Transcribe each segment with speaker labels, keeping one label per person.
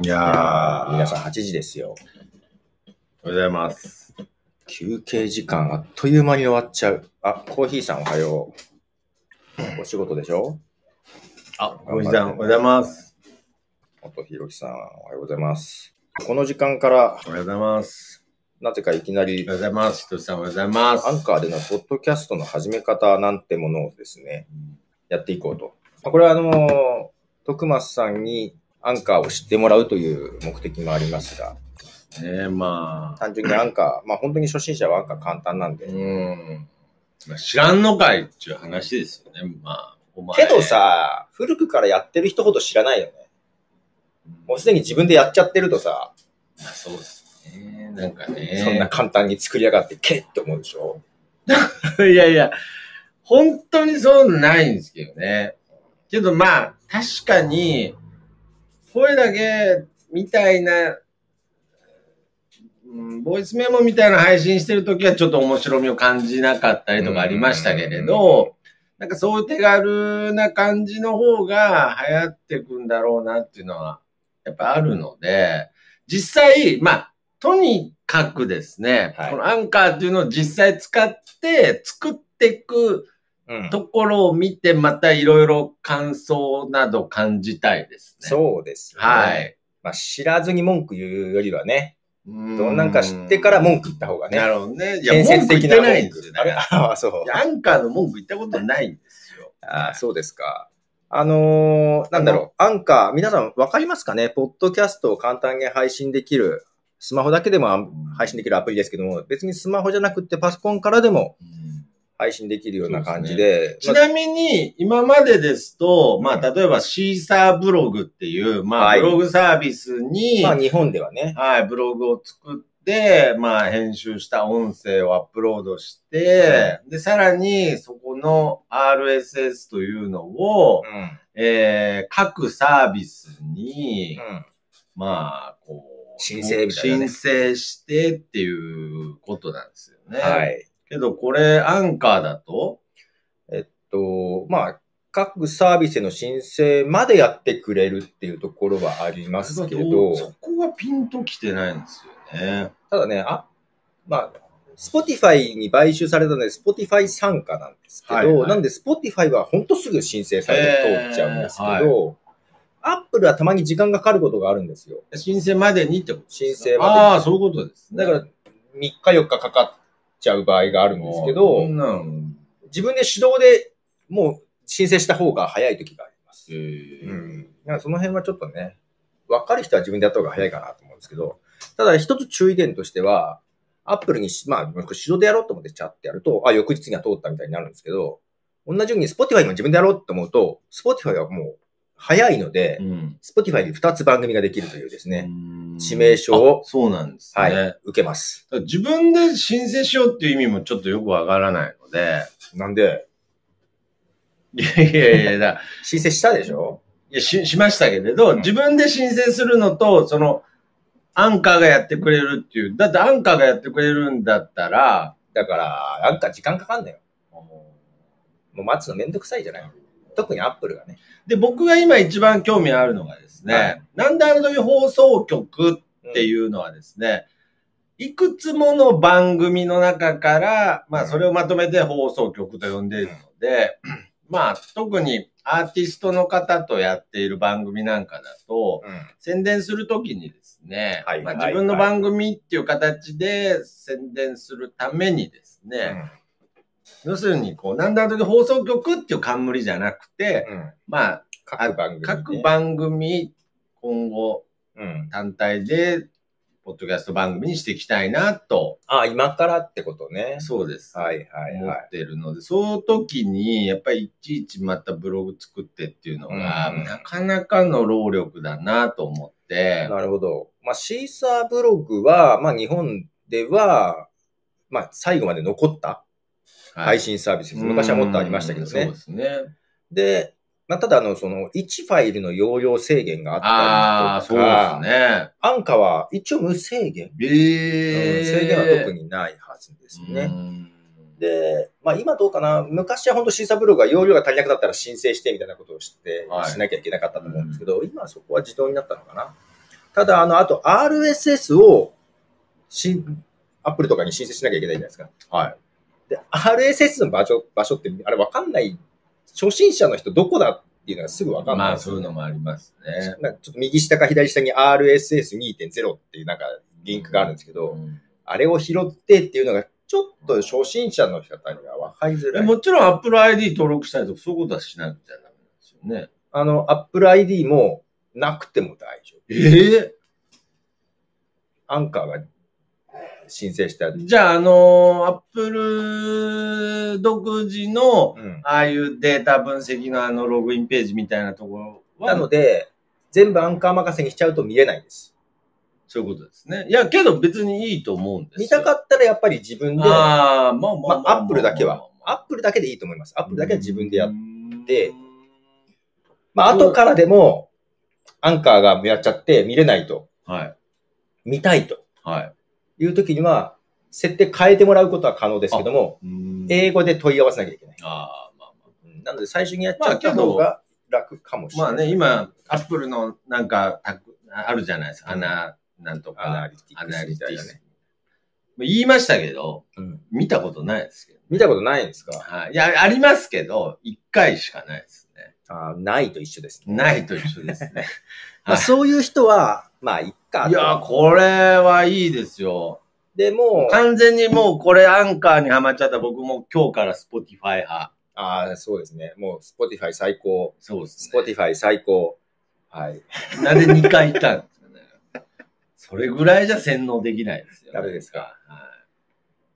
Speaker 1: いやー、
Speaker 2: 皆さん8時です
Speaker 1: おは
Speaker 2: よ。
Speaker 1: ようございます。
Speaker 2: 休憩時間あっという間に終わっちゃう。あ、コーヒーさんおはよう。お仕事でしょ
Speaker 1: あ、おじさん、おはようございます。
Speaker 2: 元ひろきさんおはようございます。この時間から、
Speaker 1: おはようございます。
Speaker 2: なぜかいきなり
Speaker 1: おはよう、ございます。ひとしさん、おはようございます。
Speaker 2: アンカーでのポッドキャストの始め方なんてものをですね、やっていこうと。まあこれはあの、徳松さんにアンカーを知ってもらうという目的もありますが、
Speaker 1: ねえ、まあ。
Speaker 2: 単純にアンカー、まあ本当に初心者はアンカー簡単なんで
Speaker 1: う。ん。まあ知らんのかいっていう話ですよね。まあ、お前。
Speaker 2: けど、さ、古くからやってる人ほど知らないよね。もうすでに自分でやっちゃってるとさ、
Speaker 1: まあ、そうですね。なんかね。
Speaker 2: そんな簡単に作りやがって、けって思うでしょ。
Speaker 1: いやいや、本当にそうないんですけどね。けどまあ、確かに、声だけみたいな、うんボイスメモみたいな配信してるときはちょっと面白みを感じなかったりとかありましたけれど、なんかそういう手軽な感じの方が流行ってくんだろうなっていうのは、やっぱあるので、実際、まあ、とにかくですね、
Speaker 2: はい
Speaker 1: このアンカーっていうのを実際使って作っていく
Speaker 2: うん
Speaker 1: ところを見て、またいろいろ感想など感じたいですね。
Speaker 2: そうです、ね。
Speaker 1: はい。
Speaker 2: まあ知らずに文句言うよりはね、ど
Speaker 1: ど
Speaker 2: んなんか知ってから文句言った方がね。
Speaker 1: なるほどね。いや、
Speaker 2: 建
Speaker 1: 文
Speaker 2: 設
Speaker 1: 句言
Speaker 2: 的
Speaker 1: って
Speaker 2: な
Speaker 1: ないん
Speaker 2: 文
Speaker 1: ですよ。
Speaker 2: 句。
Speaker 1: だ
Speaker 2: あ
Speaker 1: か
Speaker 2: れ
Speaker 1: ら
Speaker 2: あ、そう
Speaker 1: い。やアンカーの文句言ったことないんですよ。
Speaker 2: あそうですか。あのーなんだろう、アンカー、皆さんわかりますかねポッドキャストを簡単に配信できる、スマホだけでもあ配信できるアプリですけども、別にスマホじゃなくってパソコンからでも配信できるような感じで、
Speaker 1: ちなみに、今までですと、まあ、例えばシーサーブログっていう、ま
Speaker 2: は
Speaker 1: あ、
Speaker 2: い
Speaker 1: ブログサービスに、
Speaker 2: まあまあ日本ではね、
Speaker 1: はい、ブログを作って、まあ、編集した音声をアップロードして、で、さらに、そこの RSS というのを、
Speaker 2: うん
Speaker 1: えー、各サービスに、
Speaker 2: うん
Speaker 1: まあ、こう、
Speaker 2: 申請みたいなね
Speaker 1: 申請してっていうことなんですよね。。
Speaker 2: はいい。
Speaker 1: けど、これ、アンカーだと、
Speaker 2: と、まあ、各サービスへの申請までやってくれるっていうところはありますけれど、
Speaker 1: そこがピンときてないんですよね。
Speaker 2: ただね、あ、まあ、Spotify に買収されたので、Spotify 参加なんですけど、
Speaker 1: はいはい
Speaker 2: なんで Spotify はほんとすぐ申請されて通っちゃうんですけ
Speaker 1: へー
Speaker 2: ど、Apple はたまに時間がかかることがあるんですよ。
Speaker 1: 申請までにってこと
Speaker 2: 申請までに
Speaker 1: ああ、そういうことですね。
Speaker 2: だから、3日4日かかっちゃう場合があるんですけど
Speaker 1: そ、んなの
Speaker 2: 自分で手動でもう申請した方が早い時があります。
Speaker 1: えー
Speaker 2: うん。だからその辺はちょっとね、分かる人は自分でやった方が早いかなと思うんですけど、ただ一つ注意点としては、アップルにし、まあ、これ手動でやろうと思ってチャってやると、あ、翌日には通ったみたいになるんですけど、同じように Spotify も自分でやろうと思うと、Spotify はもう早いので
Speaker 1: う、ん
Speaker 2: Spotify に2つ番組ができるというですね、
Speaker 1: うん
Speaker 2: 致命傷を
Speaker 1: あそうなんですね。
Speaker 2: はい
Speaker 1: だか
Speaker 2: 受けます。
Speaker 1: ら自分で申請しようっていう意味もちょっとよくわからないので、
Speaker 2: なんで、
Speaker 1: いやいやいや、だ
Speaker 2: 申請したでしょ
Speaker 1: いやししましたけれ
Speaker 2: う
Speaker 1: ど、
Speaker 2: ん
Speaker 1: 自分で申請するのと、その、アンカーがやってくれるっていう、だってアンカーがやってくれるんだったら、
Speaker 2: だから、なんか時間かかんのよ。もう待つのめんどくさいじゃない特に Apple がね。
Speaker 1: で、僕が今一番興味あるのがですね、
Speaker 2: はい
Speaker 1: なんであの時放送局って
Speaker 2: う
Speaker 1: いうのはですね、いくつもの番組の中から、まあそれをまとめて放送局と呼んでいるの で、まあ特にアーティストの方とやっている番組なんかだと、
Speaker 2: ん。うん。
Speaker 1: 宣伝するときにですね、
Speaker 2: はい
Speaker 1: まあ、
Speaker 2: はい
Speaker 1: 自分の番組っていう形で宣伝するためにですね、要するにこう、なんだ時放送局っていう冠じゃなくて、
Speaker 2: うん。
Speaker 1: まあ
Speaker 2: 各番組、ね。
Speaker 1: 各番組今後
Speaker 2: うん。
Speaker 1: 単体で、ポッドキャスト番組にしていきたいなと
Speaker 2: あ、今からってことね。
Speaker 1: そうです。
Speaker 2: はいはい
Speaker 1: 持
Speaker 2: は
Speaker 1: ってるので、その時に、やっぱりいちいちまたブログ作ってっていうのが、
Speaker 2: うん
Speaker 1: なかなかの労力だなと思っ
Speaker 2: い。
Speaker 1: て、
Speaker 2: なるほど。まあ、シーサーブログは、まあ、日本では、まあ、最後まで残った配信サービスです。昔はもっとありましたけど
Speaker 1: うんそう
Speaker 2: ね
Speaker 1: で。すね。
Speaker 2: で、まあ、ただ、あの、その、1ファイルの容量制限があ
Speaker 1: ああ
Speaker 2: っ
Speaker 1: ー、そ
Speaker 2: たりとか、
Speaker 1: うですね。
Speaker 2: アンカは一応無制限、
Speaker 1: え
Speaker 2: うん
Speaker 1: ー、
Speaker 2: 制限は特
Speaker 1: に
Speaker 2: にないはずですね。
Speaker 1: ね。
Speaker 2: で、まあ今どうかな、昔は本当審査ブログが容量が足りなくなったら申請してみたいなことをして、
Speaker 1: はい
Speaker 2: しなきゃいけなかったと思うんですけど、今はそこは自動になったのかな。ただ、あの、あと RSS をし、アップルとかに申請しなきゃいけないじゃないですか。
Speaker 1: はい。
Speaker 2: で、RSS の場所、場所って、あれわかんない、初心者の人どこだっていうのがすぐわかんない。
Speaker 1: まあ、そういうのもありますね。
Speaker 2: なんかちょっと右下か左下に RSS2.0 っていうなんかリンクがあるんですけど、
Speaker 1: うん
Speaker 2: あれを拾ってっていうのが、ちょっと初心者の方にはわかりづ
Speaker 1: え
Speaker 2: らい。
Speaker 1: もちろん Apple ID 登録したりとか、そういうことはしなくちゃダメなんですよね。
Speaker 2: あの、Apple ID もなくても大丈夫。
Speaker 1: ええ
Speaker 2: アンカーが申請したやつ。
Speaker 1: じゃあ、あのー、Apple 独自の、
Speaker 2: うん。
Speaker 1: ああいうデータ分析のあのログインページみたいなところは、
Speaker 2: なので、全部アンカー任せにしちゃうと見れないんです。
Speaker 1: そういうことですね。いや、けど別にいいと思うんですよ。
Speaker 2: 見たかったらやっぱり自分で、
Speaker 1: ああ、まあまあまあま
Speaker 2: ま
Speaker 1: あまあ、
Speaker 2: あ、アップルだけは、アップルだけでいいと思います。アップルだけは自分でやっ
Speaker 1: う
Speaker 2: て
Speaker 1: ん、
Speaker 2: まあ、後からでも、アンカーがやっちゃって見れないと、
Speaker 1: はい。
Speaker 2: 見たいと
Speaker 1: はい。
Speaker 2: いう時には、設定変えてもらうことは可能ですけども、
Speaker 1: え
Speaker 2: 英語で問い合わせなきゃいけない。
Speaker 1: ああ、まあまあ。
Speaker 2: うんなので、最初にやっちゃった方が楽かもしれ
Speaker 1: ま
Speaker 2: な
Speaker 1: あ
Speaker 2: い。
Speaker 1: ね、今、アップルのなんか、タグあるじゃないですか。アナ、なんと
Speaker 2: アナ
Speaker 1: か、
Speaker 2: リティ
Speaker 1: ア
Speaker 2: ク
Speaker 1: ナ
Speaker 2: ス
Speaker 1: リ
Speaker 2: み
Speaker 1: テ
Speaker 2: たい
Speaker 1: ィ
Speaker 2: な
Speaker 1: ス
Speaker 2: ね。。
Speaker 1: まあ言いましたけど、
Speaker 2: うん
Speaker 1: 見たことないですけど。
Speaker 2: 見たことないんですか
Speaker 1: はい。いや、ありますけど、一回しかないですね。
Speaker 2: あーないと一緒ですね。
Speaker 1: ないと一緒ですね。
Speaker 2: まあ、そういう人は、ま あ、いっか
Speaker 1: いや、これはいいですよ。
Speaker 2: でも、
Speaker 1: 完全にもうこれアンカーにはまっちゃった僕も今日から Spotify 派。
Speaker 2: ああ、そうですね。もう、スポティファイ最高。
Speaker 1: そうです
Speaker 2: スポティファイ最高。はい。
Speaker 1: ね。なんで2回いたんですかね。それぐらいじゃ洗脳できないですよ、
Speaker 2: ダメですか。
Speaker 1: は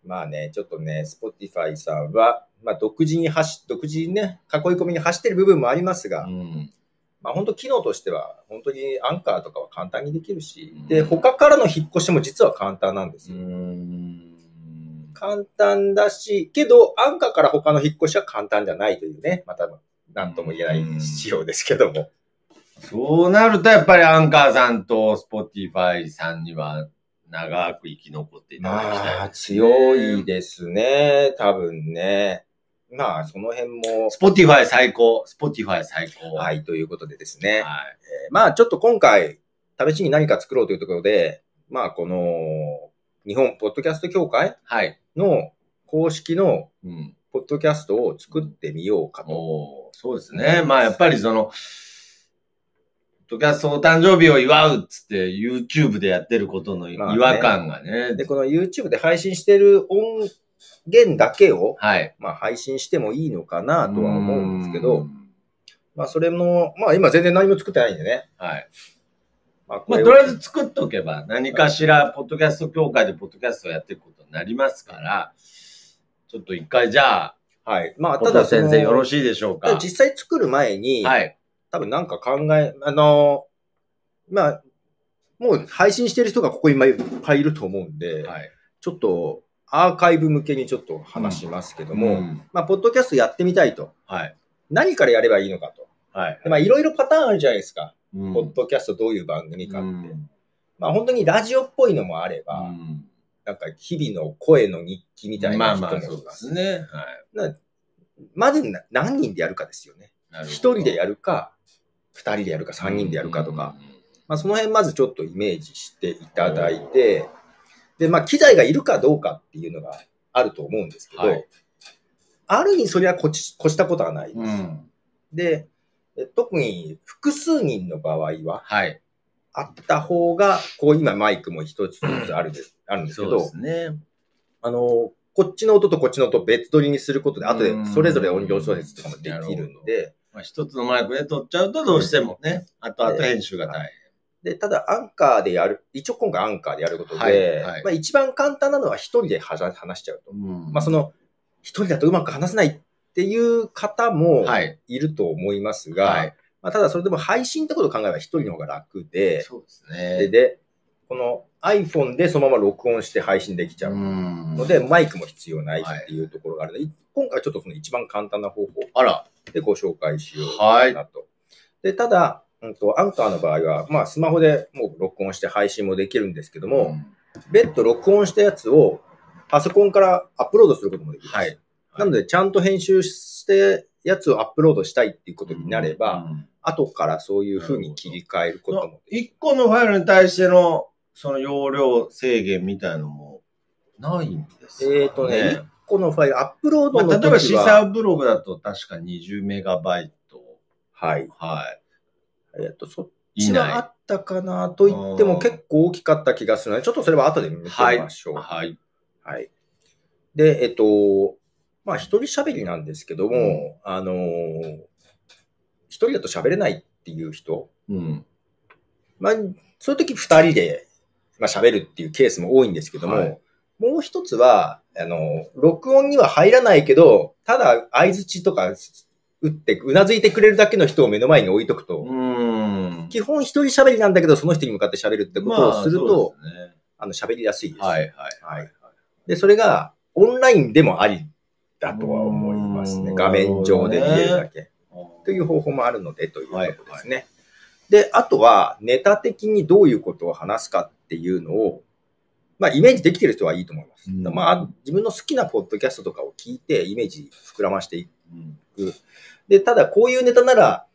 Speaker 2: まあね、ちょっとね、スポティファイさんは、まあ、独自に走、独自にね、囲い込みに走ってる部分もありますが、
Speaker 1: い。うん。
Speaker 2: まあ、本当機能としては、本当にアンカーとかは簡単にできるし
Speaker 1: うん、
Speaker 2: で、他からの引っ越しも実は簡単なんです
Speaker 1: うー
Speaker 2: よ。
Speaker 1: ん。
Speaker 2: 簡単だし、けど、アンカーから他の引っ越しは簡単じゃないというね、また、なんとも言えない仕様ですけども。
Speaker 1: そうなるとやっぱりアンカーさんと Spotify さんには長く生き残っていただきた
Speaker 2: ま
Speaker 1: い
Speaker 2: あ、
Speaker 1: ですね。
Speaker 2: 強いですね、多分ね。まあ、その辺も、
Speaker 1: Spotify 最高。Spotify 最高。。
Speaker 2: はいい、ということでです
Speaker 1: はい。
Speaker 2: ね。えーまあ、ちょっと今回、試しに何か作ろうというところで、まあ、この、日本ポッドキャスト協会
Speaker 1: はい。
Speaker 2: の公式の
Speaker 1: うん。
Speaker 2: ポッドキャストを作ってみようかと。
Speaker 1: おーそうですね。まあやっぱりその、ポッドキャストお誕生日を祝うっつって YouTube でやってることの違
Speaker 2: まあね
Speaker 1: 和感がね。
Speaker 2: で、この YouTube で配信してる音源だけを、
Speaker 1: はい。
Speaker 2: まあ、配信してもいいのかなとは思うんですけ
Speaker 1: う
Speaker 2: ど、
Speaker 1: ん。
Speaker 2: まあ、それも、まあ、今全然何も作ってないんでね。
Speaker 1: はい。
Speaker 2: まあ、こ
Speaker 1: まあ
Speaker 2: れを
Speaker 1: とりあえず作っとけば何かしら、ポッドキャスト協会でポッドキャストをやっていくことになりますから、ちょっと一回じゃあ、
Speaker 2: はい。まあ、
Speaker 1: ポ
Speaker 2: た
Speaker 1: ッド
Speaker 2: だその、
Speaker 1: 先生よろしいでしょう
Speaker 2: ただ
Speaker 1: か。
Speaker 2: 実際作る前に、
Speaker 1: はい。
Speaker 2: 多分なんか考え、あのーまあ、もう配信してる人がここ今いっぱいいると思うんで、
Speaker 1: はい。
Speaker 2: ちょっとアーカイブ向けにちょっと話しますけども、
Speaker 1: ん
Speaker 2: まあ、ポッドキャストやってみたいと。
Speaker 1: はい。
Speaker 2: 何からやればいいのかと。
Speaker 1: はい。
Speaker 2: でまあ、いろいろパターンあるじゃないですか。
Speaker 1: うん
Speaker 2: ポッドキャストどういう番組かって。
Speaker 1: うん
Speaker 2: まあ、本当にラジオっぽいのもあれば、
Speaker 1: うん
Speaker 2: なんか日々の声の日記みたい
Speaker 1: ま
Speaker 2: な
Speaker 1: あ
Speaker 2: 人
Speaker 1: ま
Speaker 2: もい
Speaker 1: あ、
Speaker 2: ま。
Speaker 1: そうですすね。は
Speaker 2: まずな何人でやるかですよね。
Speaker 1: いなるほど。
Speaker 2: 一人でやるか、二人でやるか、三人でやるかとか。
Speaker 1: うん。
Speaker 2: まあ、その辺まずちょっとイメージしていただいて、で、まあ、機材がいるかどうかっていうのがあると思うんですけど、
Speaker 1: はい
Speaker 2: あるにそれはこち越したことはないです。
Speaker 1: うん。
Speaker 2: で、え特に複数人の場合は、
Speaker 1: はい。
Speaker 2: あった方が、こう今マイクも一つずつあるんですあるんですけ
Speaker 1: そうで
Speaker 2: ど、
Speaker 1: すね。
Speaker 2: あの、こっちの音とこっちの音を別撮りにすることで、後で
Speaker 1: うん
Speaker 2: それぞれ音量調節とかもできるんで、
Speaker 1: まあ、一つのマイクで撮っちゃうとどうしてもね、あとあと編集が大
Speaker 2: で、ただアンカーでやる、一応今回アンカーでやることで、
Speaker 1: はいはい
Speaker 2: まあ一番簡単なのは一人で話話しちゃうと。
Speaker 1: 変。うん
Speaker 2: まあその、一人だとうまく話せないっていう方も
Speaker 1: はい。
Speaker 2: いると思いますが、
Speaker 1: はい。
Speaker 2: まあ、ただそれでも配信ってことを考えれば一人の方が楽で、
Speaker 1: そうです
Speaker 2: で、
Speaker 1: ね。
Speaker 2: でこの iPhone でそのまま録音して配信できちゃう
Speaker 1: うん
Speaker 2: ので、、マイクも必要ないっていうところがあるので、い今回はちょっとその一番簡単な方法
Speaker 1: あら。
Speaker 2: でご紹介しよう
Speaker 1: は
Speaker 2: か
Speaker 1: い。
Speaker 2: なと。で、ただ、うんと、アンカーの場合は、まあ、スマホでもう録音して配信もできるんですけども、別途録音したやつをパソコンからアップロードすることもできます。
Speaker 1: はい。
Speaker 2: なので、ちゃんと編集してやつをアップロードしたいっていうことになれば、
Speaker 1: うん
Speaker 2: 後からそういう風に切り替えることもできる。
Speaker 1: 一個のファイルに対しての、その容量制限みたいのも、ないんですか
Speaker 2: えっ、とね、1個のファイル、アップロー
Speaker 1: ま
Speaker 2: ド
Speaker 1: あ、
Speaker 2: の
Speaker 1: 例えば
Speaker 2: 時
Speaker 1: シ
Speaker 2: は、
Speaker 1: サーブログだと確か20メガバイト。
Speaker 2: はい。
Speaker 1: は
Speaker 2: えっ、と、そっ
Speaker 1: い。い
Speaker 2: ちがあ
Speaker 1: な
Speaker 2: ったかなと言って
Speaker 1: うん
Speaker 2: も結構大きかった気がするので、ちょっとそれは後で見てみましょ
Speaker 1: い。
Speaker 2: う。はい。
Speaker 1: はい。
Speaker 2: で、えっ、と、まあ、一人喋りなんですけども、あのー一人だと喋れないっていう人、
Speaker 1: うん。
Speaker 2: まあ、そういう時二人で、まあ、喋るっていうケースも多いんですけども、
Speaker 1: はい
Speaker 2: もう一つは、あの、録音には入らないけど、ただ相づちとか打って、うなずいてくれるだけの人を目の前に置いとくと、
Speaker 1: うん。
Speaker 2: 基本一人喋りなんだけど、その人に向かって喋るってことをすると、
Speaker 1: まあそうですね
Speaker 2: あ、の、喋りやすいです。
Speaker 1: はいはい。
Speaker 2: はい。で、それが、オンラインでもありだとは思いますね。
Speaker 1: うん
Speaker 2: 画面上で見れるだけ。という方法もあるのでということですね。で、あとはネタ的にどういうことを話すかっていうのを、まあイメージできてる人はいいと思います。
Speaker 1: うん
Speaker 2: まあ自分の好きなポッドキャストとかを聞いてイメージ膨らましていく。
Speaker 1: うん
Speaker 2: で、ただこういうネタなら、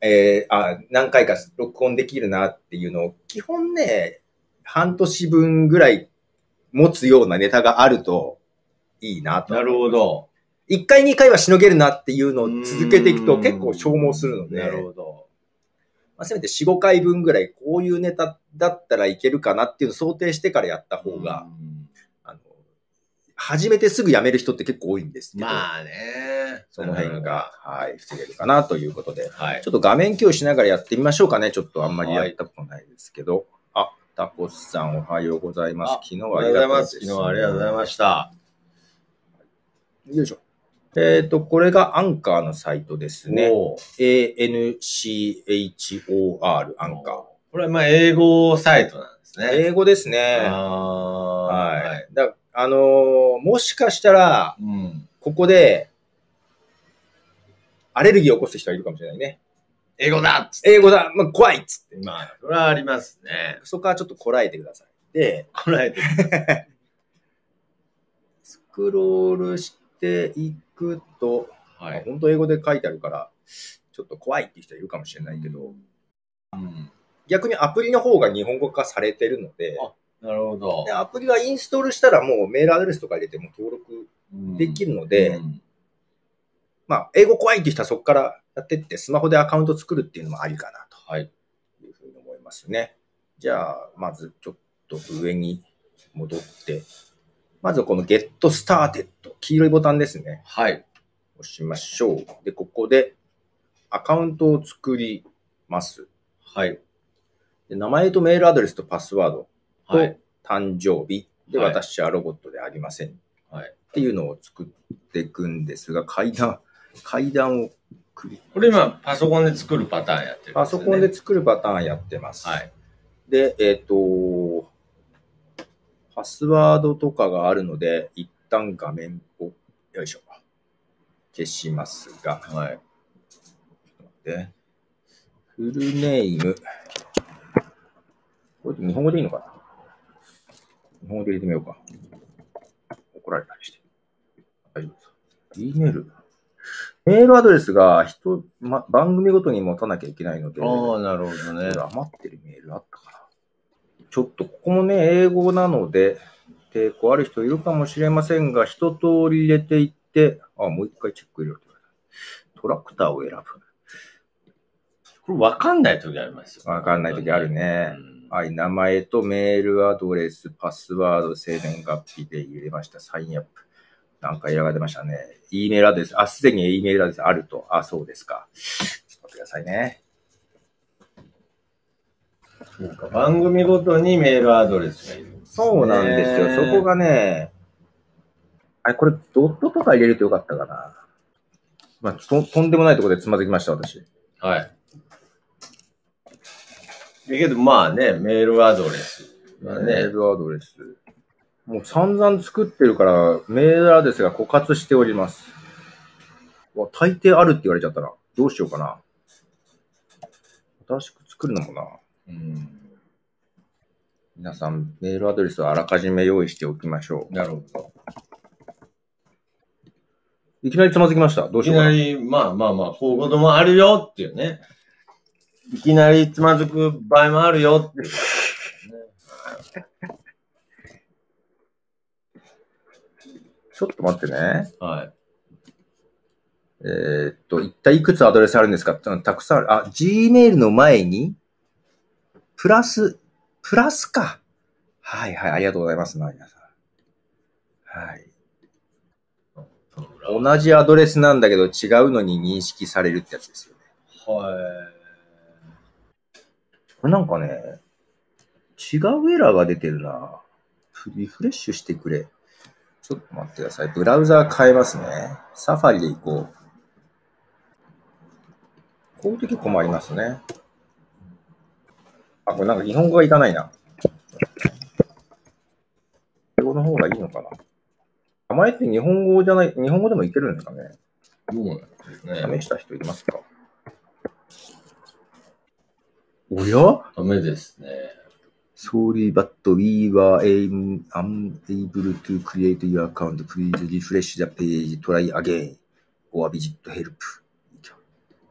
Speaker 2: えーあ何回か録音できるなっていうのを基本ね、半年分ぐらい持つようなネタがあるといいなと。
Speaker 1: なるほど。
Speaker 2: 一回二回はしのげるなっていうのを続けていくと結構消耗するので。
Speaker 1: なるほど。
Speaker 2: まあ、せめて4、5回分ぐらい、こういうネタだったらいけるかなっていうのを想定してからやった方が、
Speaker 1: うん
Speaker 2: あの、始めてすぐ辞める人って結構多いんですけど、
Speaker 1: まあね。
Speaker 2: その辺が、はい、防げるかなということで、
Speaker 1: はい
Speaker 2: ちょっと画面共有しながらやってみましょうかね。ちょっとあんまりやったことないですけど、あ、タコスさんおはようございます。
Speaker 1: あ
Speaker 2: 昨日
Speaker 1: なるほど。
Speaker 2: は
Speaker 1: あ
Speaker 2: あ
Speaker 1: り
Speaker 2: り
Speaker 1: がとうござい
Speaker 2: がとう
Speaker 1: ま。
Speaker 2: ですす。
Speaker 1: 昨日はありがとうございました。
Speaker 2: よいしょ。えっ、と、これがアンカーのサイトですね。
Speaker 1: おー
Speaker 2: ANCHOR アンカ
Speaker 1: これはまあ英語サイトなんです
Speaker 2: ー。
Speaker 1: ね。
Speaker 2: 英語ですね。
Speaker 1: ああ。
Speaker 2: はい。だあのーもしかしたら、
Speaker 1: うん。
Speaker 2: ここで、アレルギーを起こす人がいるかもしれないね。
Speaker 1: 英語だっつっ
Speaker 2: 英語だ、まあ、怖いっつって。
Speaker 1: て。まあ、それはありますね。
Speaker 2: そこはちょっとこらえてください。で、
Speaker 1: こらえて。
Speaker 2: スクロールしていくと、
Speaker 1: は
Speaker 2: まあ。本当英語で書いてあるから、ちょっと怖いっていう人いるかもしれないけど、
Speaker 1: うん。
Speaker 2: 逆にアプリの方が日本語化されてるので、
Speaker 1: なるほど
Speaker 2: で。アプリはインストールしたらもうメールアドレスとか入れても登録でき
Speaker 1: る
Speaker 2: るので、まあ、英語怖いっていう人はそこからやってって、スマホでアカウント作るっていうのもありかな
Speaker 1: はい。
Speaker 2: というふうに思いますね。じゃあ、まずちょっと上に戻って、まずこの Get Started、黄色いボタンですね。
Speaker 1: はい。
Speaker 2: 押しましょう。で、ここでアカウントを作ります。
Speaker 1: はい。
Speaker 2: で名前とメールアドレスとパスワードと
Speaker 1: はい。
Speaker 2: 誕生日で、
Speaker 1: はい
Speaker 2: 私はロボットでありません。
Speaker 1: はい
Speaker 2: っていうのを作っていくんですが、階段、階段をクリック
Speaker 1: これ今、パソコンで作るパターンやってるんですよね。
Speaker 2: パソコンで作るパターンやってます。
Speaker 1: はい。
Speaker 2: で、えっ、と、パスワードとかがあるので、一旦画面を、よいしょ、消しますが、
Speaker 1: はい。
Speaker 2: でフルネーム。これ日本語でいいのかな日本語で入れてみようか。怒られたりして。大丈夫ですか E メール。メールアドレスが人、ま、番組ごとに持たなきゃいけないので、
Speaker 1: ああ、なるほどね。
Speaker 2: 余ってるメールあったかな。ちょっとここもね、英語なので、抵抗ある人いるかもしれませんが、一通り入れていって、あ、もう一回チェック入れろって言われた。トラクターを選ぶ。
Speaker 1: これ分かんない時ありますよ。
Speaker 2: わかんない時あるね
Speaker 1: うん
Speaker 2: はい、名前とメールアドレス、パスワード、生年月日で入れました。サインアップ。なんかエラーが出ましたね。E メールアドレス。あ、すでに E メールアドレスあると。あ、そうですか。ちょっと待ってくださいね。
Speaker 1: そうか番組ごとにメールアドレスがいる。
Speaker 2: そうなんですよ。
Speaker 1: ね
Speaker 2: そこがね、あれ、これ、ドットとか入れるとよかったかな。まあ、ととんでもないところでつまずきました、私。
Speaker 1: はい。だけど、まあね、メールアドレスは
Speaker 2: メ
Speaker 1: ね
Speaker 2: ー、ルアドレス。もう散々作ってるから、メールアドレスが枯渇しております。うわ、大抵あるって言われちゃったら、どうしようかな。新しく作るのもな。
Speaker 1: うん
Speaker 2: 皆さん、メールアドレスをあらかじめ用意しておきましょう。
Speaker 1: なるほど。
Speaker 2: いきなりつまずきました。どう
Speaker 1: い
Speaker 2: し
Speaker 1: き
Speaker 2: ようか
Speaker 1: な
Speaker 2: な。
Speaker 1: り、まあまあまあ、こういうこともあるよっていうね。いきなりつまずく場合もあるよっていう。
Speaker 2: ちょっと待ってね。
Speaker 1: はい。
Speaker 2: えーっと、一体いくつアドレスあるんですかってのがたくさんある。あ、Gmail の前に、プラス、プラスか。はいはい、ありがとうございます、マリナさん。はい。同じアドレスなんだけど違うのに認識されるってやつですよね。
Speaker 1: は
Speaker 2: これなんかね、違うエラーが出てるな。ふリフレッシュしてくれ。ちょっと待ってください。ブラウザー変えますね。サファリで行こう。こういう時困りますね。あ、これなんか日本語がいかないな。英語の方がいいのかな。名前って日本語じゃない、日本語でもいけるんですかね。
Speaker 1: い。どうなんですかね。
Speaker 2: 試した人いますかおや
Speaker 1: ダメですね。
Speaker 2: Sorry, but we were aim- unable to create your account. Please refresh the page, try again, or visit help.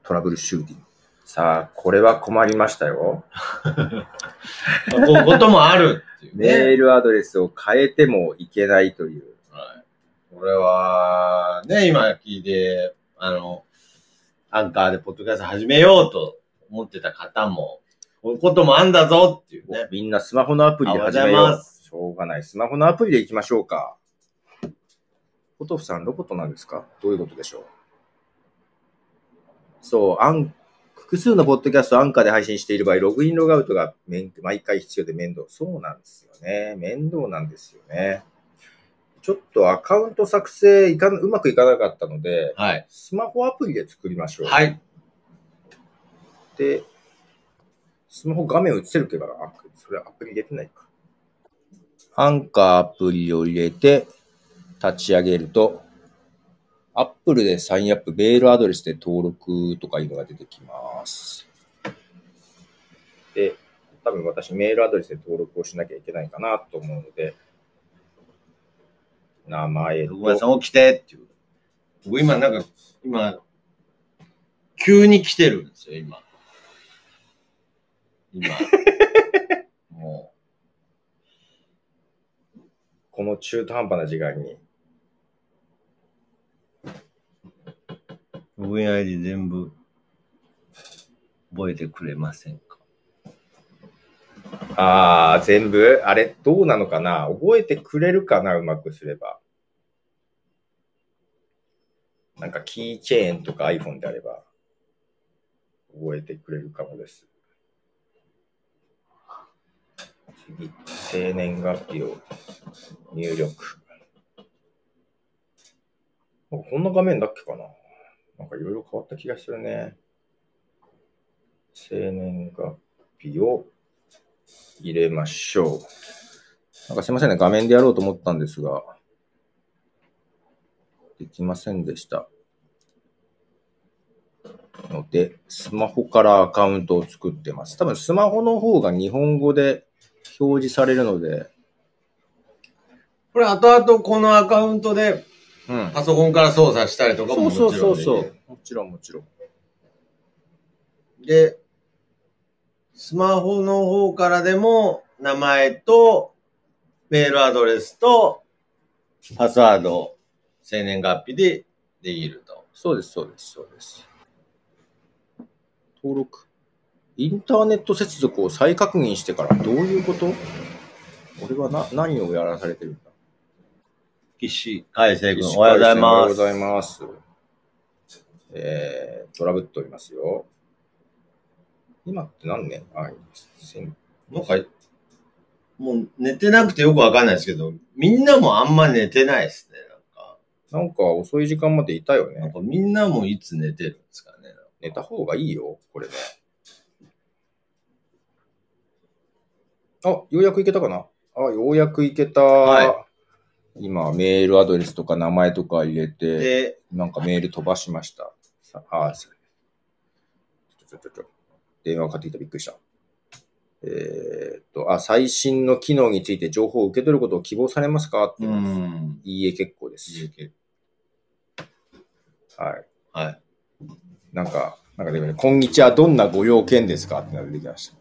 Speaker 2: トラブルシューティング。さあ、これは困りましたよ。
Speaker 1: まあこういうこともあるっていう
Speaker 2: メ
Speaker 1: ね。
Speaker 2: ールアドレスを変えてもいけないという。
Speaker 1: はい。これは、ね、今聞いて、あの、アンカーでポッドキャスト始めようと思ってた方も、こういうこともあんだぞっていうね。
Speaker 2: みんなスマホのアプリで始め
Speaker 1: おはようご
Speaker 2: よ
Speaker 1: ざいうま。
Speaker 2: しょうがない。スマホのアプリで行きましょうか。ポトフさん、ロボットなんですかどういうことでしょうそう、アン、複数のポッドキャストをアンカーで配信している場合、ログイン、ログアウトがめん毎回必要で面倒。そうなんですよね。面倒なんですよね。ちょっとアカウント作成いかんうまくいかなかったので、
Speaker 1: はい。
Speaker 2: スマホアプリで作りましょう。
Speaker 1: はい。
Speaker 2: で、スマホ画面映せるけどな、あそれアプリ入れてないか。アンカーアプリを入れて、立ち上げると、アップルでサインアップ、メールアドレスで登録とかいうのが出てきます。で、多分私メールアドレスで登録をしなきゃいけないかなと思うので、名前
Speaker 1: 徳川さ
Speaker 2: と、
Speaker 1: ん起きてっていう。僕今なんか、今、急に来てるんですよ、今。 今。も
Speaker 2: この中途半端な時間に、
Speaker 1: う、ログイン ID 全部、覚えてくれませんか
Speaker 2: ああ、全部あれ、どうなのかな覚えてくれるかなうまくすれば。なんかキーチェーンとか iPhone であれば、覚えてくれるかもです。次、生年月日を入力。なんかこんな画面だっけかななんかいろいろ変わった気がするね。生年月日を入れましょう。なんかすいませんね、画面でやろうと思ったんですが、できませんでした。ので、スマホからアカウントを作ってます。多分スマホの方が日本語で表示されるので、
Speaker 1: これ後々このアカウントで
Speaker 2: うん。
Speaker 1: パソコンから操作したりとか
Speaker 2: そ
Speaker 1: もも
Speaker 2: う
Speaker 1: ち
Speaker 2: そ
Speaker 1: ろん
Speaker 2: う
Speaker 1: で
Speaker 2: そうそう。もちろんもちろん。
Speaker 1: で、スマホの方からでも名前とメールアドレスとパスワード、生年月日でできると。
Speaker 2: そうです、そうです、そうです。登録。インターネット接続を再確認してから、どういうこと俺はな何をやらされてるんだ
Speaker 1: 岸海生君、おはようござい
Speaker 2: おはよ
Speaker 1: ま
Speaker 2: うご
Speaker 1: す。
Speaker 2: ざいます。えー、トラブっておりますよ。今って何年あ、1000
Speaker 1: なんか、もう寝てなくてよくわかんないですけど、みんなもあんま寝てないですね。なんか、
Speaker 2: なんか遅い時間までいたよ
Speaker 1: なん
Speaker 2: ね。
Speaker 1: かみんなもいつ寝てるんですかね。
Speaker 2: 寝た方がいいよ、これね。あ、ようやくいけたかなあ、ようやくいけた。
Speaker 1: は
Speaker 2: 今、メールアドレスとか名前とか入れて。
Speaker 1: で、
Speaker 2: なんかメール飛ばしました。さあー、すちょちょちょちょ。電話かかってきた、びっくりした。えーっと、あ、最新の機能について情報を受け取ることを希望されますかって
Speaker 1: う
Speaker 2: 言います
Speaker 1: ん。
Speaker 2: いいえ、結構
Speaker 1: い
Speaker 2: で
Speaker 1: い
Speaker 2: す。
Speaker 1: け
Speaker 2: はい。
Speaker 1: はい。
Speaker 2: なんか、なんかでもね、こんにちは、どんなご用件ですかってなって出てきました。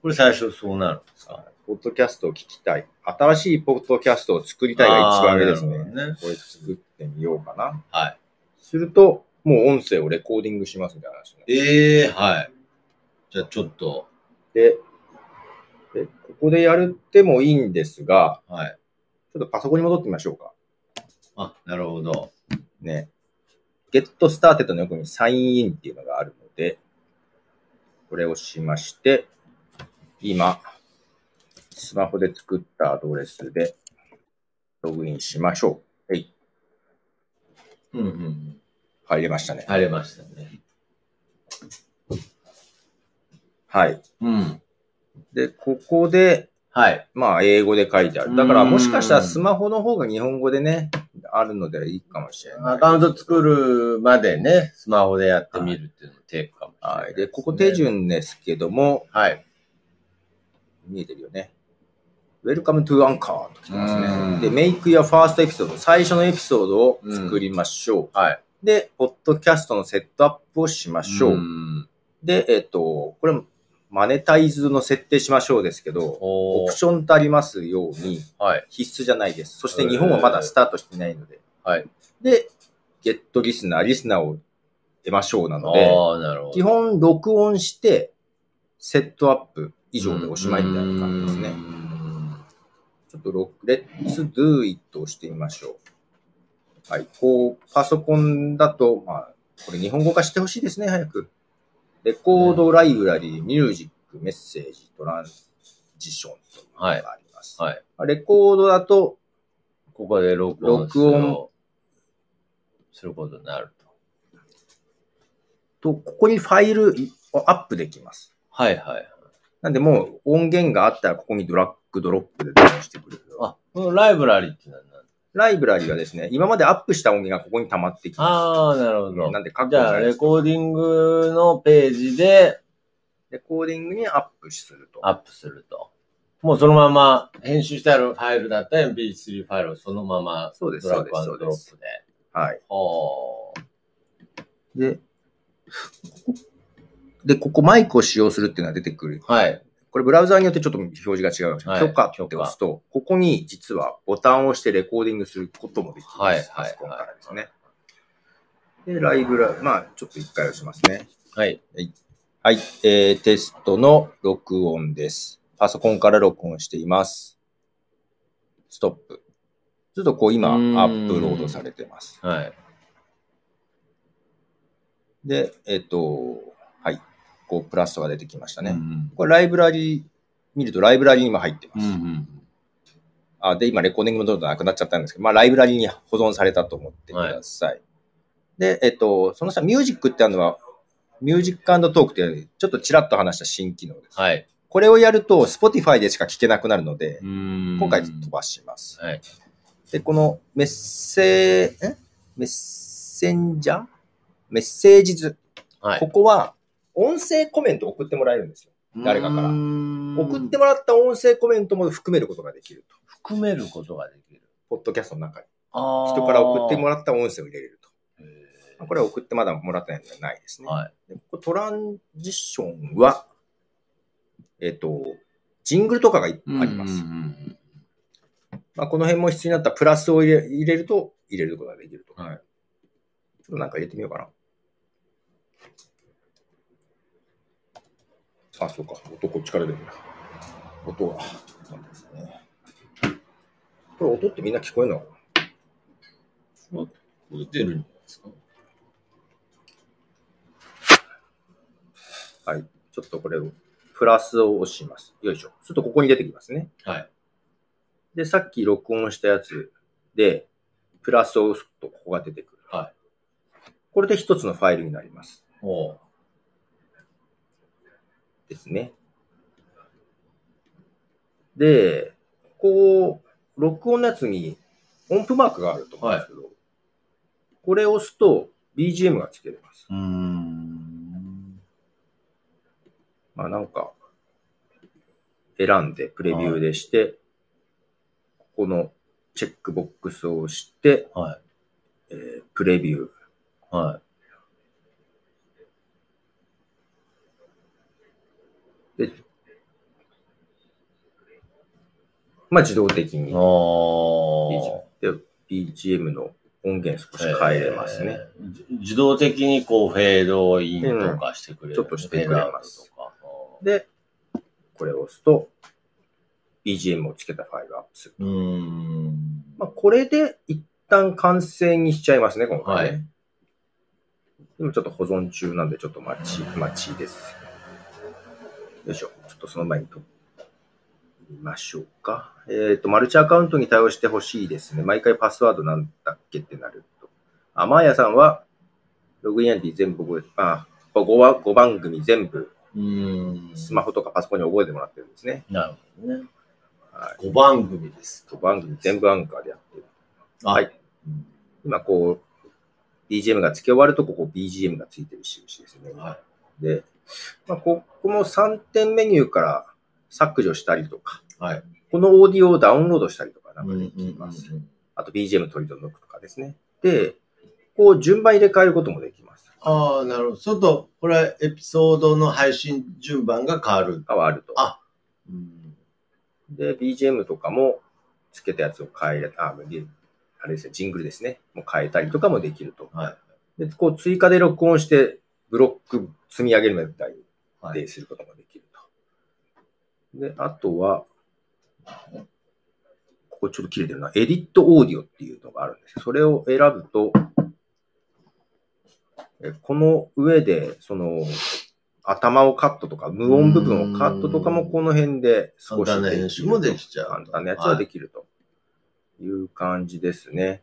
Speaker 1: これ最初そうなるんですか
Speaker 2: ポッドキャストを聞きたい。新しいポッドキャストを作りたいが一番上ですね
Speaker 1: あー。なるほどね
Speaker 2: これ作ってみようかな。
Speaker 1: はい。
Speaker 2: すると、もう音声をレコーディングしますみたいな話になって。
Speaker 1: ええはい。じゃあちょっと、
Speaker 2: で、でここでやるってもいいんですが、
Speaker 1: はい。
Speaker 2: ちょっとパソコンに戻ってみましょうか。
Speaker 1: あ、なるほど。
Speaker 2: ね。ゲットスターテッドの横にサインインっていうのがあるので、これをしまして、今、スマホで作ったアドレスでログインしましょう。はい、
Speaker 1: うんうんうん。
Speaker 2: 入れましたね。
Speaker 1: 入れましたね。
Speaker 2: はい。
Speaker 1: うん。
Speaker 2: で、ここで、
Speaker 1: はい。
Speaker 2: まあ、英語で書いてある。だから、
Speaker 1: うん
Speaker 2: もしかしたらスマホの方が日本語でね、あるのでいいかもしれない。
Speaker 1: アカウント作るまでね、スマホでやってみるっていうのもテークかもしれない
Speaker 2: は
Speaker 1: すね
Speaker 2: い。で、ここ手。順ですけども、
Speaker 1: はい。
Speaker 2: 見えてるよね。Welcome to Anchor と来てます
Speaker 1: うん
Speaker 2: ね。で、Make your first episode 最初のエピソードを作りましょう。
Speaker 1: はい。
Speaker 2: で、ポッドキャストのセットアップをしましょう。
Speaker 1: うん
Speaker 2: で、えっ、と、これもマネタイズの設定しましょうですけど、オ
Speaker 1: お
Speaker 2: プ
Speaker 1: ー
Speaker 2: ションとありますように
Speaker 1: はい。
Speaker 2: 必須じゃないです。そして日本はまだスタートしてないので。
Speaker 1: はい。
Speaker 2: で、ゲットリスナー、リスナーを得ましょうなので、
Speaker 1: ああ、なるほど。
Speaker 2: 基本録音して、セットアップ以上でおしまいみたいな感じですね
Speaker 1: う。ん
Speaker 2: ちょっとロック、レッツドゥイットをしてみましょう。はい。こう、パソコンだと、まあ、これ日本語化してほしいですね、早く。レコードライブラリー、ミュージック、メッセージ、トランジションというのがあります。
Speaker 1: はい。
Speaker 2: まあレコードだと、
Speaker 1: ここで録音する
Speaker 2: 録音
Speaker 1: することになると。
Speaker 2: と、ここにファイルをアップできます。
Speaker 1: はいはい。
Speaker 2: なんで、もう音源があったら、ここにドラッグドロップで録音してくれる。
Speaker 1: あ、このライブラリーって何なんだ
Speaker 2: ライブラリーはですね、今までアップした音源がここに溜まってきま
Speaker 1: ああ、なるほ
Speaker 2: す。
Speaker 1: ど。
Speaker 2: なんで、過去
Speaker 1: じゃあ、
Speaker 2: のや
Speaker 1: レ
Speaker 2: つ
Speaker 1: コーディングのページで
Speaker 2: レコーディングにアップすると。
Speaker 1: アップすると。もうそのまま編集してあるファイルだったら MP3 ファイルをそのまま
Speaker 2: そうです、
Speaker 1: ドラ
Speaker 2: そう
Speaker 1: ッ
Speaker 2: で
Speaker 1: グ
Speaker 2: す、
Speaker 1: アン
Speaker 2: そ
Speaker 1: ドド
Speaker 2: うで
Speaker 1: ロッ
Speaker 2: す。
Speaker 1: プで。
Speaker 2: はい。
Speaker 1: ほう。
Speaker 2: で、で、ここマイクを使用するっていうのが出てくる。
Speaker 1: はい。
Speaker 2: これブラウザーによってちょっと表示が違うかもしれない。
Speaker 1: はい
Speaker 2: 許可って押すと、ここに実はボタンを押してレコーディングすることもできます。
Speaker 1: はいはい
Speaker 2: パソコンからですね。で、ライブラ、まあ、ちょっと一回押しますね。
Speaker 1: はい。
Speaker 2: はい、えー、テストの録音です。パソコンから録音しています。ストップ。ちょっとこう今、
Speaker 1: うーん
Speaker 2: アップロードされてます。
Speaker 1: はい。
Speaker 2: で、えっ、と、はい、こうプラスが出てきましたね。
Speaker 1: うん
Speaker 2: これライブラリー、見るとライブラリーにも入って
Speaker 1: う
Speaker 2: ま
Speaker 1: ん
Speaker 2: す。
Speaker 1: うん
Speaker 2: あで、今レコーディングの動画なくなっちゃったんですけど、まあライブラリーに保存されたと思ってください。で、えっ、と、その下、ミュージックってあるのは、ミュージックトークっていう、ちょっとちらっと話した新機能です。
Speaker 1: はい。
Speaker 2: これをやると、Spotify でしか聞けなくなるので、
Speaker 1: 今
Speaker 2: 今回飛ばします。
Speaker 1: はい。
Speaker 2: で、このメッセー、んメッセンジャーメッセージ図。
Speaker 1: はい
Speaker 2: こ。こは、音声コメントを送ってもらえるんですよ。誰かから送
Speaker 1: 送
Speaker 2: ってもらった音声コメントも含めることができると。
Speaker 1: 含めることができる。
Speaker 2: ポッドキャストの中に。
Speaker 1: あ
Speaker 2: 人から送っても
Speaker 1: ら
Speaker 2: らった音声を入れれると。まあこれは送ってまだもらってないのではないですね。
Speaker 1: はい。
Speaker 2: でここトランジションは、えっ、と、ジングルとかがいっぱいあります。
Speaker 1: うんうんうん
Speaker 2: まあ、この辺も必要になったプラスを入れ入れると、入れることができると。
Speaker 1: はい
Speaker 2: ちょっとなんか入れてみようかな。あ、そうか。音こっちから出るな。音が。なんですね。これ音ってみんな聞こえるのかな
Speaker 1: うん。出てるんじゃないですか。
Speaker 2: はい。ちょっとこれを、プラスを押します。よいしょ。するとここに出てきますね。
Speaker 1: はい。
Speaker 2: で、さっき録音したやつで、プラスを押すとここが出てくる。
Speaker 1: はい
Speaker 2: これで一つのファイルになります。
Speaker 1: おう
Speaker 2: ですね。で、ここ、録音のやつに音符マークがあると思うんですけど、これを押すと BGM がつけれます。
Speaker 1: うーん。
Speaker 2: まあなんか、選んでプレビューでして、ここのチェックボックスを押して、
Speaker 1: はい。
Speaker 2: えープレビュー。
Speaker 1: は
Speaker 2: まあ自動的
Speaker 1: い。
Speaker 2: に
Speaker 1: ああ。
Speaker 2: BGM の音源少し変えれますね。
Speaker 1: えー。じ自動的にこうフェードインとかしてくれる、
Speaker 2: うんちょっとしてくれます
Speaker 1: フェードアウトとか。
Speaker 2: で、これを押すと、BGM をつけたファイルをアップする。
Speaker 1: うーん。
Speaker 2: まあ、これで一旦完成にしちゃいますね、今回ね。
Speaker 1: はい
Speaker 2: 今ちょっと保存中なんで、ちょっと待ち、待ちです。よいしょ。ちょっとその前にと、見ましょうか。えっ、と、マルチアカウントに対応してほしいですね。毎回パスワードなんだっけってなると。あ、マーヤさんは、ログインアイディ全部覚えて、あ、5, 5番組全部、
Speaker 1: うーん。
Speaker 2: スマホとかパソコンに覚えてもらってるんですね。
Speaker 1: なるほどね。
Speaker 2: は
Speaker 1: 5番組です
Speaker 2: い。5番組全部アンカーでやってる。
Speaker 1: あ
Speaker 2: はい。今こう、BGM が付け終わると、ここ BGM が付いてる印ですね。
Speaker 1: は
Speaker 2: で、まあ、ここも3点メニューから削除したりとか、
Speaker 1: い。はい。
Speaker 2: このオーディオをダウンロードしたりとかなんかできま
Speaker 1: うん
Speaker 2: す。
Speaker 1: うんうん
Speaker 2: あと BGM 取り除くとかですね。で、こう順番入れ替えることもできます。
Speaker 1: ああ、なるほど。ちょっと、これはエピソードの配信順番が変わる。
Speaker 2: があると。
Speaker 1: あうん。
Speaker 2: で、BGM とかも付けたやつを変えれ、あ、であれですね、ジングルですね。もう変えたりとかもできると。
Speaker 1: はい。
Speaker 2: で、こう追加で録音して、ブロック積み上げるみたいに
Speaker 1: はい。
Speaker 2: で、することもできると。で、あとは、ここちょっと切れてるな。エディットオーディオっていうのがあるんです。それを選ぶと、えこの上で、その、頭をカットとか、無音部分をカットとかもこの辺で少し
Speaker 1: 簡単な編集もできちゃう。
Speaker 2: 簡単なやつはできるという感じですね。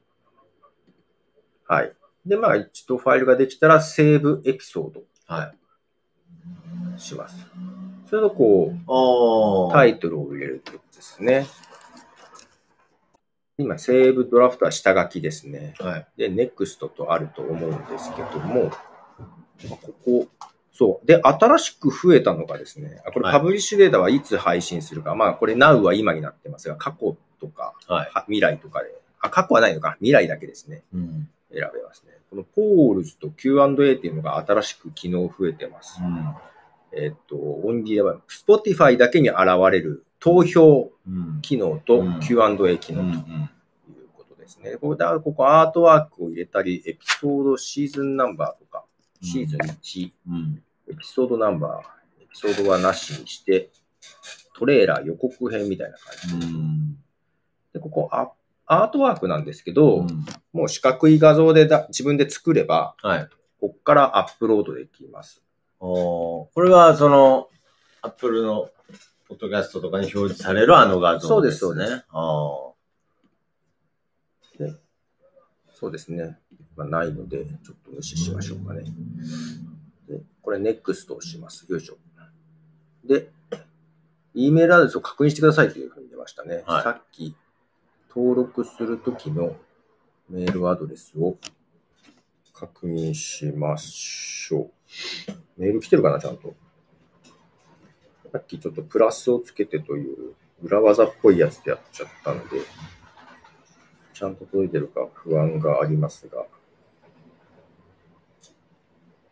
Speaker 2: はい。で、まあ一度ファイルができたら、セーブエピソード
Speaker 1: はい。
Speaker 2: します。それとこう、
Speaker 1: ああ。
Speaker 2: タイトルを入れるってことですね。今、セーブドラフトは下書きですね。
Speaker 1: はい。
Speaker 2: で、NEXT とあると思うんですけども、まあここ、そう。で、新しく増えたのがですね、あこれ
Speaker 1: はい
Speaker 2: パブリッシュデータはいつ配信するか、まあこれ Now は今になってますが、過去とか、
Speaker 1: はい。
Speaker 2: は未来とかで、あ、過去はないのか、未来だけですね。
Speaker 1: うん。
Speaker 2: 選べますね。このポールズと Q&A っていうのが新しく機能増えてます。えっと、オンリーは Spotify だけに現れる投票
Speaker 1: うん。
Speaker 2: 機能と
Speaker 1: うん
Speaker 2: Q&A 機
Speaker 1: うん。う
Speaker 2: 能
Speaker 1: ん。
Speaker 2: ということですね。これだからここアートワークを入れたり、エピソードシーズンナンバーとか、シーズン1、
Speaker 1: うん。
Speaker 2: エピソードナンバー、エピソードはなしにして、トレーラー予告編みたいな感じ。
Speaker 1: うん。
Speaker 2: で、ここアアートワークなんですけど、
Speaker 1: うん
Speaker 2: もう四角い画像でだ自分で作れば、
Speaker 1: はい。
Speaker 2: ここからアップロードできます。
Speaker 1: おーこれはその、アップルのポッドキャストとかに表示されるあの画像
Speaker 2: そうです
Speaker 1: ね。
Speaker 2: そうで
Speaker 1: あ
Speaker 2: そうですね。まあ、ないので、ちょっと無視しましょうかね。でこれ、NEXT を押します。よいしょ。で、E メールアドレスを確認してくださいというふうに出ましたね。
Speaker 1: はい
Speaker 2: さっき、登録するときのメールアドレスを確認しましょう。メール来てるかな、ちゃんと。さっきちょっとプラスをつけてという裏技っぽいやつでやっちゃったので、ちゃんと届いてるか不安がありますが。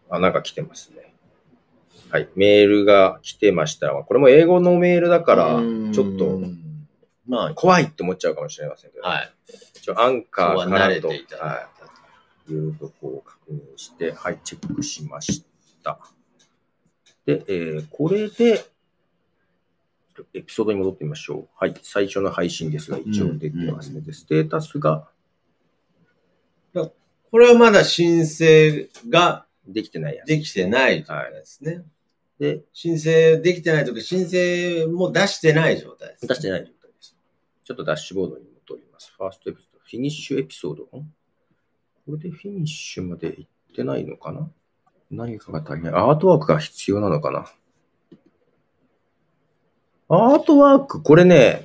Speaker 2: あ、なんか来てますね。はい。メールが来てましたら、これも英語のメールだ
Speaker 1: あ。
Speaker 2: から
Speaker 1: うー、ん
Speaker 2: ちょっと、
Speaker 1: まあ、
Speaker 2: 怖いって思っちゃうかもしれませんけど、
Speaker 1: はい。
Speaker 2: 一応アン
Speaker 1: 今
Speaker 2: カ
Speaker 1: 日
Speaker 2: ー
Speaker 1: は
Speaker 2: か
Speaker 1: 慣
Speaker 2: ら
Speaker 1: れ
Speaker 2: と、
Speaker 1: ていただ
Speaker 2: はい
Speaker 1: た。
Speaker 2: い、いうとこを確認して、はい、チェックしました。で、えーこれで、エピソードに戻ってみましょう。はい、最初の配信ですが、一応できますね。
Speaker 1: うん
Speaker 2: で、ステータスが
Speaker 1: これはまだ申請が
Speaker 2: できてないやつ。
Speaker 1: できてない状態ですね。
Speaker 2: で、
Speaker 1: 申請できてないとき、申請も出してない状態です、
Speaker 2: 出して
Speaker 1: い。
Speaker 2: ない状態です。ちょっとダッシュボードに戻ります。ファーストエピソード、フィニッシュエピソード。んこれでフィニッシュまで行ってないのかな何かが足りない。アートワークが必要なのかなアートワーク、これね、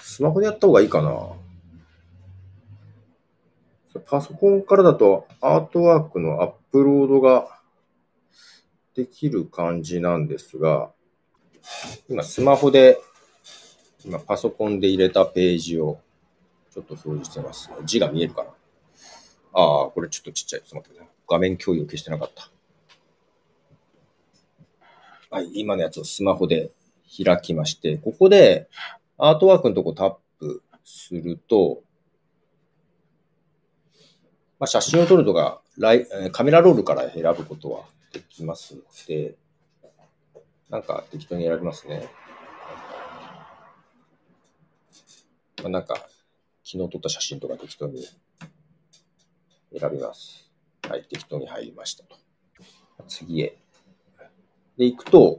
Speaker 2: スマホでやった方がいいかな。パソコンからだとアートワークのアップロードができる感じなんですが、今スマホで今、パソコンで入れたページをちょっと表示してます。字が見えるかなああ、これちょっとちっちゃい。ちょっと待ってください。画面共有を消してなかった。はい、今のやつをスマホで開きまして、ここでアートワークのとこタップすると、まあ、写真を撮るとかライ、えーカメラロールから選ぶことはできますので、なんか適当に選びますね。まあ、なんか、昨日撮った写真とか適当に選びます。はい、適当に入りましたと。次へ。で、行くと、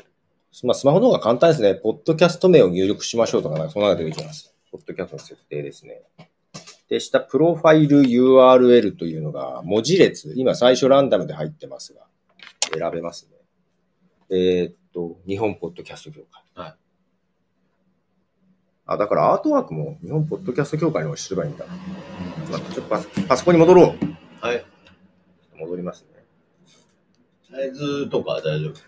Speaker 2: まあ、スマホの方が簡単ですね。ポッドキャスト名を入力しましょうとか、なんかそんなのが出てきます。ポッドキャストの設定ですね。で、下、プロファイル URL というのが、文字列。今、最初ランダムで入ってますが、選べますね。えーっと、日本ポッドキャスト協会。
Speaker 1: はい。
Speaker 2: あ、だからアートワークも日本ポッドキャスト協会に押してればいいんだ。まあ、ちょっとパソパソコンに戻ろう。
Speaker 1: はい。
Speaker 2: 戻りますね。
Speaker 1: サイズとか大丈夫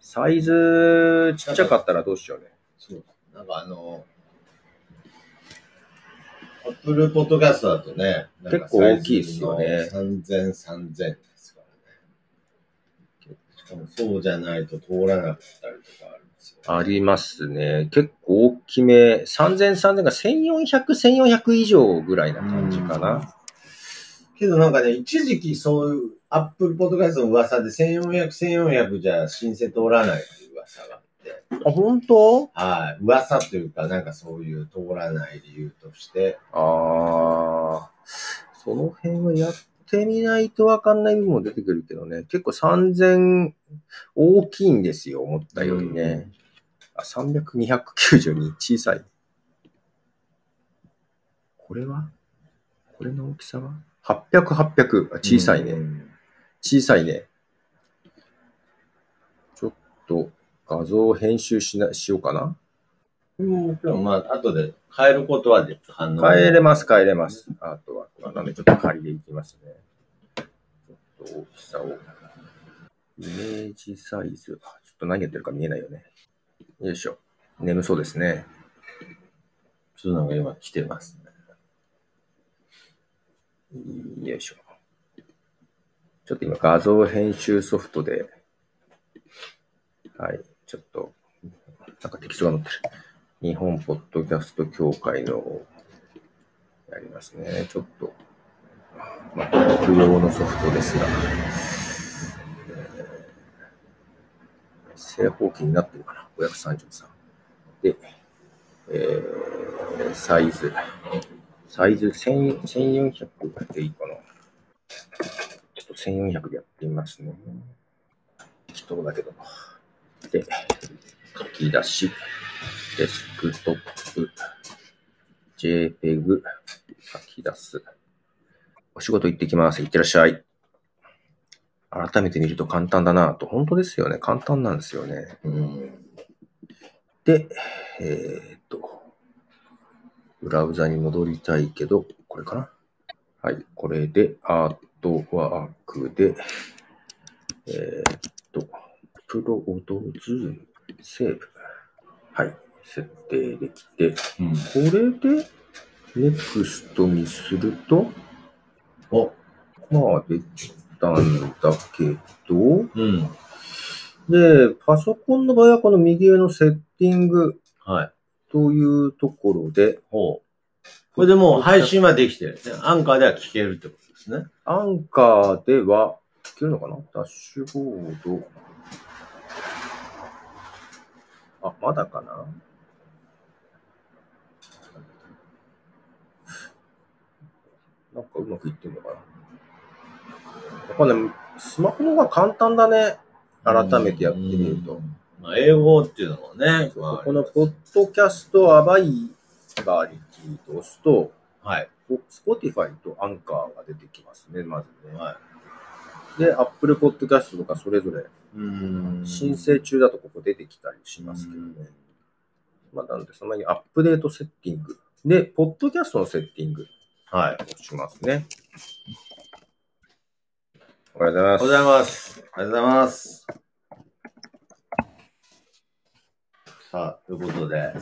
Speaker 2: サイズちっちゃかったらどうしようね。
Speaker 1: そう。なんかあの、アップルポッドキャストだとね、なんか
Speaker 2: 結構大きいっすよね
Speaker 1: サイズの3000、3000ですからね。しかもそうじゃないと通らなかったりとかあるんですよ。
Speaker 2: ありますね。結構大きめ。3000、3000が1400、1400以上ぐらいな感じかな。
Speaker 1: けどなんかね、一時期そういうアップルポッドキャストの噂で1400、1400じゃ申請通らないっていう噂があって、
Speaker 2: あ、本当
Speaker 1: はい。噂というか、なんかそういう通らない理由として、
Speaker 2: ああ。その辺はやってみないとわかんない部分も出てくるけどね。結構3000大きいんですよ、思ったよりね。あ、300、292、小さい。これはこれの大きさは ?800、800。あ小さいね。
Speaker 1: うん
Speaker 2: 小さいね。ちょっと画像を編集しな、しようかな。
Speaker 1: うん、でもまあ、後で変えることはで反応
Speaker 2: 変えれます、変えれます。アートワークは。なんでちょっと仮でいきますね。ちょっと大きさを。イメージサイズ。あちょっと何やってるか見えないよね。よいしょ。眠そうですね。
Speaker 1: そういうのが今来てますね。
Speaker 2: よいしょ。ちょっと今画像編集ソフトで、はい、ちょっと、なんかテキストが載ってる。日本ポッドキャスト協会の、やりますね。ちょっと、まあ、僕用のソフトですが、えー正方形になってるかな。533。で、えー、サイズ。サイズ1000 1400でいいかな。ちょっと1400でやってみますね。適当だけど。で、書き出し、デスクトップ、JPEG、書き出す。お仕事行ってきます。行ってらっしゃい。改めて見ると簡単だなぁと。本当ですよね。簡単なんですよね。
Speaker 1: うん。
Speaker 2: で、えーっと、ブラウザに戻りたいけど、これかな。はい、これでアートワークで、えーっと、プロオドズーム、セーブ。はい、設定できて、
Speaker 1: うん、
Speaker 2: これで、ネクストにすると、
Speaker 1: お、
Speaker 2: まあ、できたんだけど、
Speaker 1: うん。
Speaker 2: で、パソコンの場合はこの右上のセッティング、
Speaker 1: はい。
Speaker 2: というところで、
Speaker 1: ほう。これでもう配信はできてるんですね。アンカーでは聞けるってことですね。
Speaker 2: アンカーでは、聞けるのかなダッシュボード。あ、まだかななんかうまくいってんのかなやっぱね、スマホの方が簡単だね。改めてやってみると
Speaker 1: う。ん。まあ、英語っていうのもね。まあ
Speaker 2: このポッドキャストアバイバリティと押すと、
Speaker 1: はい。
Speaker 2: Spotify とアンカーが出てきますね、まずね。
Speaker 1: は
Speaker 2: で、Apple Podcast とかそれぞれ
Speaker 1: い。うん
Speaker 2: 申請中だとここ出てきたりしますけどね。まあ、なので、その前にアップデートセッティング。で、ポッドキャストのセッティング
Speaker 1: はい。
Speaker 2: をしますね。おはようござい
Speaker 1: おは
Speaker 2: ま
Speaker 1: よ
Speaker 2: す。
Speaker 1: うございます。おはようございます。さあ、ということで、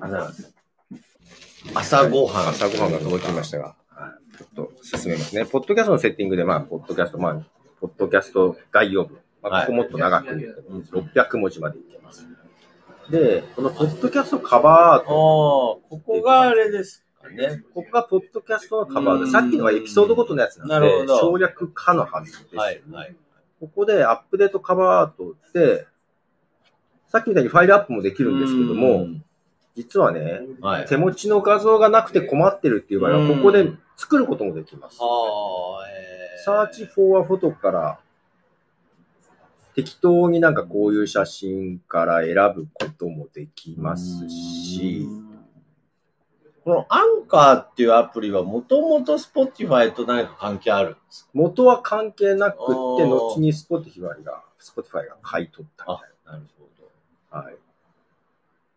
Speaker 1: あの朝ごはん。
Speaker 2: 朝ごはんが届きましたが、はいちょっと進めますね。ポッドキャストのセッティングで、まあ、ポッドキャスト、まあ、ポッドキャスト概要文。まあ、
Speaker 1: はい
Speaker 2: ここもっと長く言って
Speaker 1: うん
Speaker 2: ます、600文字までいってます。で、このポッドキャストカバーアート、
Speaker 1: ここがあれですかね。
Speaker 2: ここがポッドキャストのカバーアー
Speaker 1: う
Speaker 2: ト。
Speaker 1: ん
Speaker 2: さっきのはエピソードごとのやつなんで、
Speaker 1: なるほど
Speaker 2: 省略かのはずです。
Speaker 1: はい、はい。
Speaker 2: ここでアップデートカバーアートって、さっきみたいにファイルアップもできるんですけども、実はね、
Speaker 1: うん、はい。
Speaker 2: 手持ちの画像がなくて困ってるっていう場合は、
Speaker 1: うん
Speaker 2: ここで作ることもできます。
Speaker 1: はあ、えー、
Speaker 2: サーチフォアフォトから、適当になんかこういう写真から選ぶこともできますし、
Speaker 1: このアンカーっていうアプリはもともと Spotify と何か関係あるんです
Speaker 2: 元は関係なくって、
Speaker 1: あー
Speaker 2: 後に Spotify が、Spotify が買い取ったみたい
Speaker 1: かなるほど。
Speaker 2: な。はい。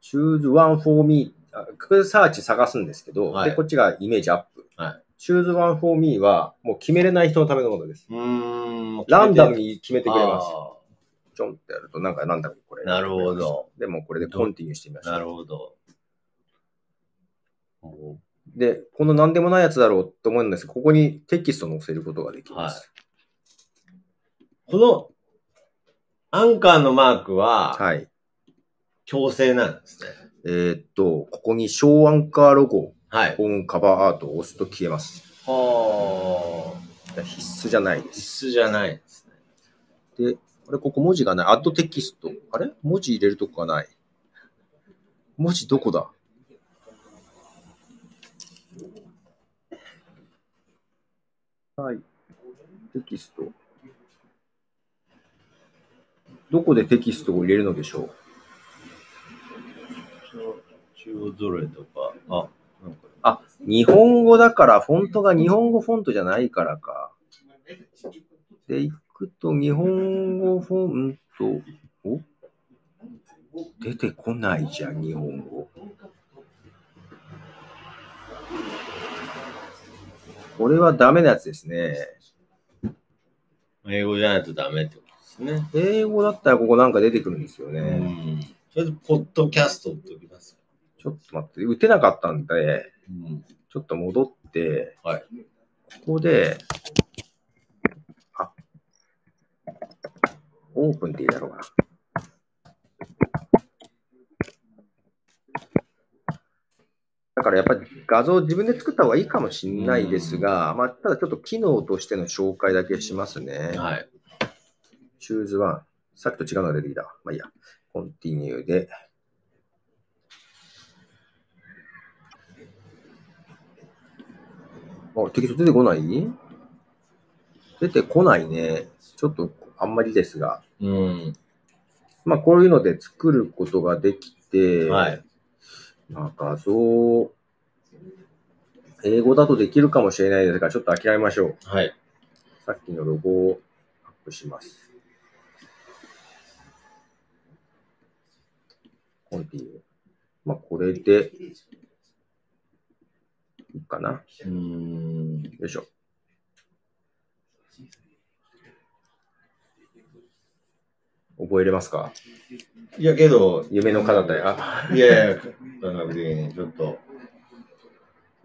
Speaker 2: choose one for me. あこれサーチ探すんですけど、
Speaker 1: はい
Speaker 2: で、こっちがイメージアップ。
Speaker 1: は
Speaker 2: choose one for me は、もう決めれない人のためのものです。
Speaker 1: うーん。
Speaker 2: ランダム
Speaker 1: に
Speaker 2: に決めてくれます。ちょんってやると、なんかランダムにこれ。
Speaker 1: なるほど。
Speaker 2: で、もうこれでコンティニューしてみました。
Speaker 1: なるほど。も
Speaker 2: で、この何でもないやつだろうと思うんですけど、ここにテキストを載せることができます。
Speaker 1: うこのアンカーのマークは
Speaker 2: はい。
Speaker 1: 強制なんですね。
Speaker 2: えーっと、ここに小アンカーロゴ、
Speaker 1: はい。
Speaker 2: オンカバーアートを押すと消えます。
Speaker 1: はあ。
Speaker 2: 必須じゃないです。
Speaker 1: 必須じゃないんですね。
Speaker 2: で、あれ、ここ文字がない。アッドテキスト。あれ文字入れるとこがない。文字どこだはい。テキスト。どこでテキストを入れるのでしょう
Speaker 1: 中央ぞろいとか、あ、なんか、
Speaker 2: あ、日本語だから、フォントが日本語フォントじゃないからか。で、行くと、日本語フォント、お出てこないじゃん、日本語。これはダメなやつですね。
Speaker 1: 英語じゃないとダメってことですね。
Speaker 2: 英語だったらここなんか出てくるんですよね。
Speaker 1: うん。それで、ポッドキャストっておきます。
Speaker 2: ちょっと待って、打てなかったんで、
Speaker 1: うん。
Speaker 2: ちょっと戻って、
Speaker 1: はい
Speaker 2: ここで、あ、オープンっていいだろうかな。だからやっぱり画像自分で作った方がいいかもしれないですが、まあ、ただちょっと機能としての紹介だけしますね。
Speaker 1: はい。
Speaker 2: choose one。さっきと違うのが出てきた。まあいいや。continue で。あ、テキスト出てこない出てこないね。ちょっとあんまりですが。
Speaker 1: うん。
Speaker 2: まあこういうので作ることができて、
Speaker 1: はい。
Speaker 2: まあ画像、英語だとできるかもしれないですが、ちょっと諦めましょう。
Speaker 1: はい。
Speaker 2: さっきのロゴをアップします。コンティニュー。まあ、これで、いいかな。
Speaker 1: うん。
Speaker 2: よいしょ。覚えれますか
Speaker 1: いや、けど、
Speaker 2: 夢の彼方や。あ
Speaker 1: いやいや、科学的にちょっと、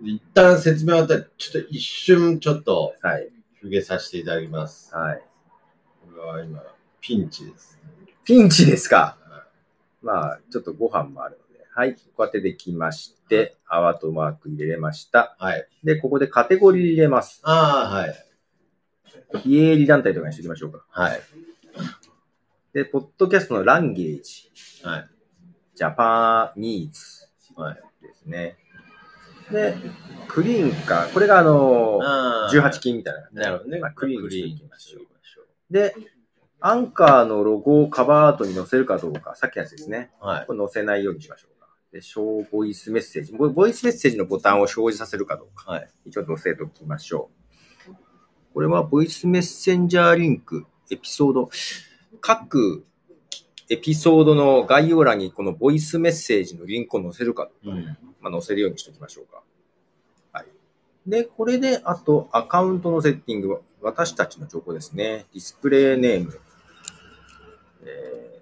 Speaker 1: 一旦説明終わったら、ちょっと一瞬、ちょっと、
Speaker 2: はい。
Speaker 1: 休憩させていただきます。
Speaker 2: はい。
Speaker 1: これは今、ピンチです。
Speaker 2: ピンチですかまあ、ちょっとご飯もあるので。はい。こうやってできまして、泡とマーク入れれました。
Speaker 1: はい。
Speaker 2: で、ここでカテゴリー入れます。
Speaker 1: ああ、はい。
Speaker 2: 非営利団体とかにしておきましょうか。
Speaker 1: はい。
Speaker 2: で、ポッドキャストのランゲージ、
Speaker 1: はい。
Speaker 2: ジャパニーズ
Speaker 1: はい。
Speaker 2: ですね。で、クリーンか、これがあの
Speaker 1: ああ
Speaker 2: 18金みたいな。
Speaker 1: なるほどね。
Speaker 2: まあクリーンにしてい
Speaker 1: に
Speaker 2: きましょう
Speaker 1: 行きましょ
Speaker 2: で、アンカーのロゴをカバーアートに載せるかどうか、さっきのやつですね。
Speaker 1: う。はい。
Speaker 2: これ載せないようにしましょうか。で、ショーボイスメッセージ。ボボイスメッセージのボタンを表示させるかどうか。
Speaker 1: はい。
Speaker 2: 一応載せておきましょう。これはボイスメッセンジャーリンク、エピソード。各エピソードの概要欄にこのボイスメッセージのリンクを載せるか、
Speaker 1: うん。
Speaker 2: まあ、載せるようにしておきましょうか。はい。で、これで、あと、アカウントのセッティング、私たちの情報ですね。ディスプレイネーム。え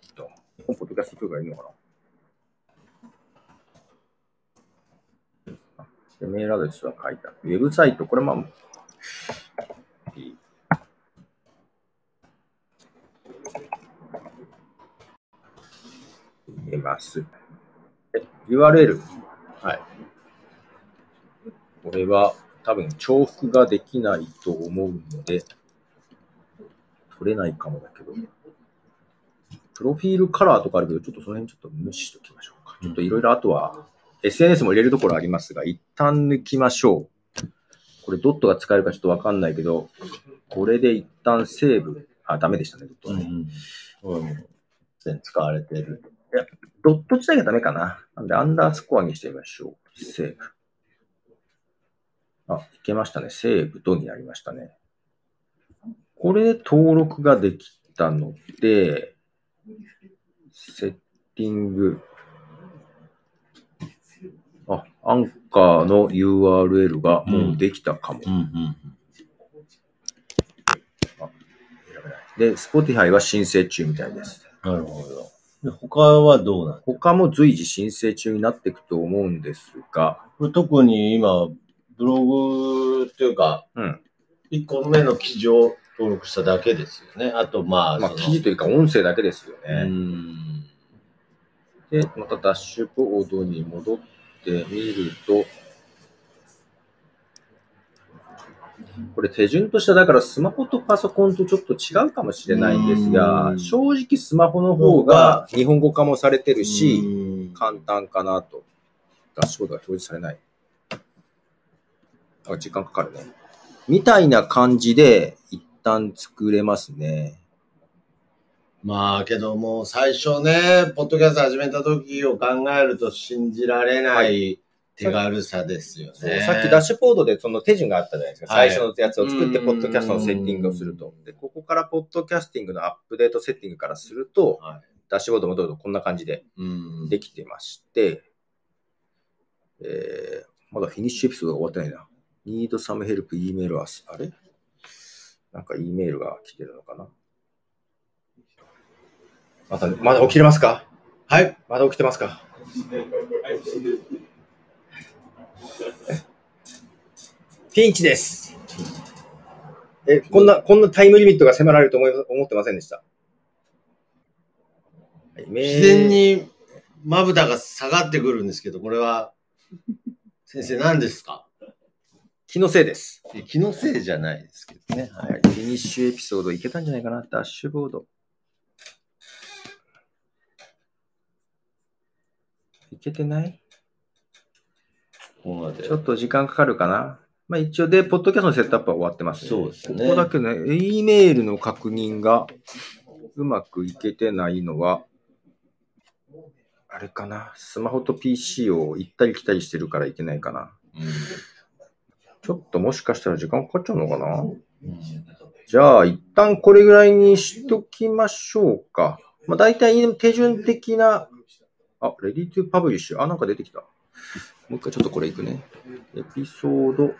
Speaker 2: ーっと、ポッドキャストとかいいのかなあでメールアドレスは書いた。ウェブサイト、これまあ、いいます。え URL。
Speaker 1: はい。
Speaker 2: これは多分重複ができないと思うので、取れないかもだけど、プロフィールカラーとかあるけど、ちょっとその辺ちょっと無視しておきましょうか。ちょっといろいろあとは、SNS も入れるところありますが、一旦抜きましょう。これドットが使えるかちょっとわかんないけど、これで一旦セーブ。あ、ダメでしたね、ドット
Speaker 1: うん
Speaker 2: は
Speaker 1: うん。
Speaker 2: ね。
Speaker 1: 全然使われてる。
Speaker 2: ドット自体がダメかな。なんで、アンダースコアにしてみましょう。セーブ。あ、いけましたね。セーブとになりましたね。これで登録ができたので、セッティング。あ、アンカーの URL がもうできたかも。
Speaker 1: うんうん。
Speaker 2: で、Spotify は申請中みたいです。
Speaker 1: なるほど。で他はどうなの
Speaker 2: 他も随時申請中になっていくと思うんですが、
Speaker 1: これ特に今、ブログというか、
Speaker 2: うん
Speaker 1: 1個目の記事を登録しただけですよね。あと、まあ、
Speaker 2: まあ、
Speaker 1: その
Speaker 2: 記事というか音声だけですよ
Speaker 1: う
Speaker 2: ね。
Speaker 1: ん。
Speaker 2: で、またダッシュボードに戻ってみると、これ手順としては、だからスマホとパソコンとちょっと違うかもしれないんですが
Speaker 1: う、ん
Speaker 2: 正直スマホの方が日本語化もされてるし、
Speaker 1: うん
Speaker 2: 簡単かなと。ダッシュボードが表示されない。あ、時間かかるね。みたいな感じで、一旦作れますね。
Speaker 1: まあ、けども、最初ね、ポッドキャスト始めた時を考えると信じられな
Speaker 2: はい
Speaker 1: 手軽さですよ
Speaker 2: そう
Speaker 1: ね。
Speaker 2: さっきダッシュボードでその手順があったじゃないですか。
Speaker 1: はい
Speaker 2: 最初のやつを作って、
Speaker 1: うん
Speaker 2: ポッドキャストのセッティングをすると。で、ここからポッドキャスティングのアップデートセッティングからすると、
Speaker 1: はい
Speaker 2: ダッシュボードもどうぞこんな感じで
Speaker 1: うん
Speaker 2: できてまして、えー、まだフィニッシュエピソードが終わってないな。need some help email us. あれなんか E メールが来てるのかなまた、まだ起きれますか
Speaker 1: はい。
Speaker 2: まだ起きてますかピンチです。え、こんな、こんなタイムリミットが迫られると思い思ってませんでした。はいメール
Speaker 1: 自然にまぶたが下がってくるんですけど、これは、先生何ですか
Speaker 2: 気のせいです。
Speaker 1: いや気のせいじゃないですけどね。は
Speaker 2: はいい、フィニッシュエピソードいけたんじゃないかな、ダッシュボード。いけてない
Speaker 1: ここまで
Speaker 2: ちょっと時間かかるかな。まあ一応で、ポッドキャストのセットアップは終わってます、
Speaker 1: そうですね
Speaker 2: ここだけね、E メールの確認がうまくいけてないのは、あれかな。スマホと PC を行ったり来たりしてるからいけないかな。ちょっともしかしたら時間かかっちゃうのかなじゃあ、一旦これぐらいにしときましょうか。まあ、大体手順的な、あ、レディートゥパブリッシュ。あ、なんか出てきた。もう一回ちょっとこれいくね。エピソード。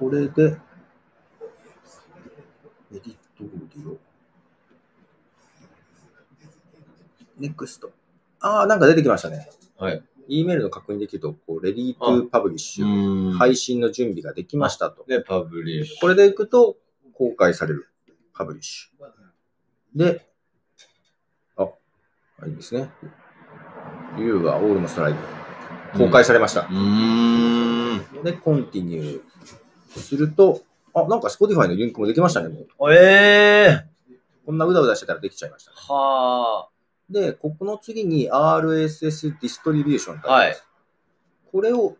Speaker 2: これで、エディットオーディオ。ネクスト。ああ、なんか出てきましたね。
Speaker 1: はい。
Speaker 2: E メールの確認できると、こう、レディートゥパブリッシュ。
Speaker 1: い。
Speaker 2: 配信の準備ができましたと。
Speaker 1: で、パブリッシュ。
Speaker 2: これでいくと公開される。パブリッシュ。で、あ、あれですね。You が All のストライブ。公開されました。
Speaker 1: うーん。
Speaker 2: で、コンティニューすると、あ、なんか Spotify のリンクもできましたね。もう
Speaker 1: ええ
Speaker 2: こんなうだうだしてたらできちゃいましたね。
Speaker 1: は
Speaker 2: で、ここの次に RSS ディストリビューションとあります。これを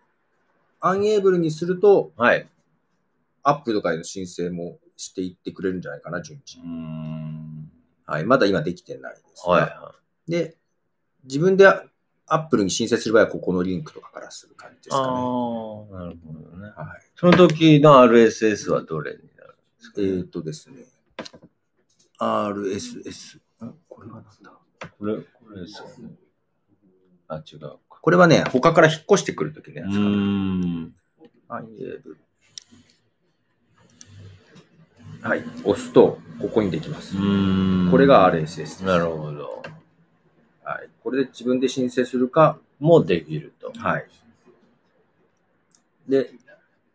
Speaker 2: アンエーブルにすると、
Speaker 1: あ。はい。
Speaker 2: アップとかへの申請もしていってくれるんじゃないかな、順次。
Speaker 1: ん。
Speaker 2: はい、まだ今できてないですが、
Speaker 1: は
Speaker 2: で、自分でアップルに申請する場合は、ここのリンクとかからする感
Speaker 1: い。
Speaker 2: じですかね。
Speaker 1: あ、なるほどね。
Speaker 2: はい、
Speaker 1: その時の RSS はどれになる
Speaker 2: えーっ、とですね、RSS。んこれはなんだ
Speaker 1: これ、これですよね。あ、違うか。
Speaker 2: これはね、他から引っ越してくるときのやつかな。
Speaker 1: ん。
Speaker 2: アンエーブルはい、押すと、ここにできます。
Speaker 1: ん
Speaker 2: これが RSS です。
Speaker 1: なるほど。
Speaker 2: はい、これで自分で申請するか、
Speaker 1: もうできると。
Speaker 2: はい。で、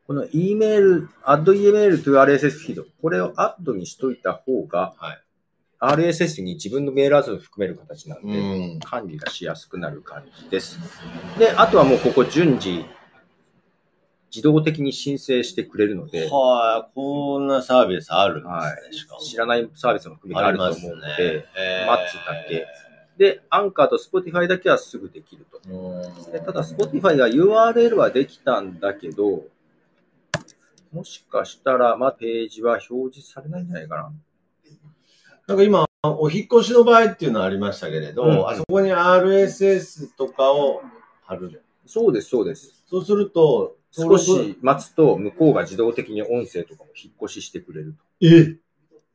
Speaker 2: この E メール、アッド E メールという RSS フィード、これをアッドにしといた方が、
Speaker 1: はい
Speaker 2: RSS に自分のメールアドレスを含める形なん
Speaker 1: う
Speaker 2: で、
Speaker 1: ん。
Speaker 2: 管理がしやすくなる感じです。で、あとはもうここ順次、自動的に申請してくれるので、
Speaker 1: はい、こんなサービスあるんですね、しかも。
Speaker 2: 知らないサービスも含めてあると思うの
Speaker 1: あり
Speaker 2: で、
Speaker 1: ますね
Speaker 2: 待つだけ。で、アンカーと Spotify だけはすぐできると。
Speaker 1: うん
Speaker 2: でただ、Spotify が URL はできたんだけど、もしかしたら、まあ、ページは表示されないんじゃないかな。
Speaker 1: なんか今、お引っ越しの場合っていうのはありましたけれど、
Speaker 2: うん
Speaker 1: あそこに RSS とかを貼る。
Speaker 2: そうです、そうです。
Speaker 1: そうすると、
Speaker 2: 少。し待つと、向こうが自動的に音声とかも引っ越ししてくれる
Speaker 1: え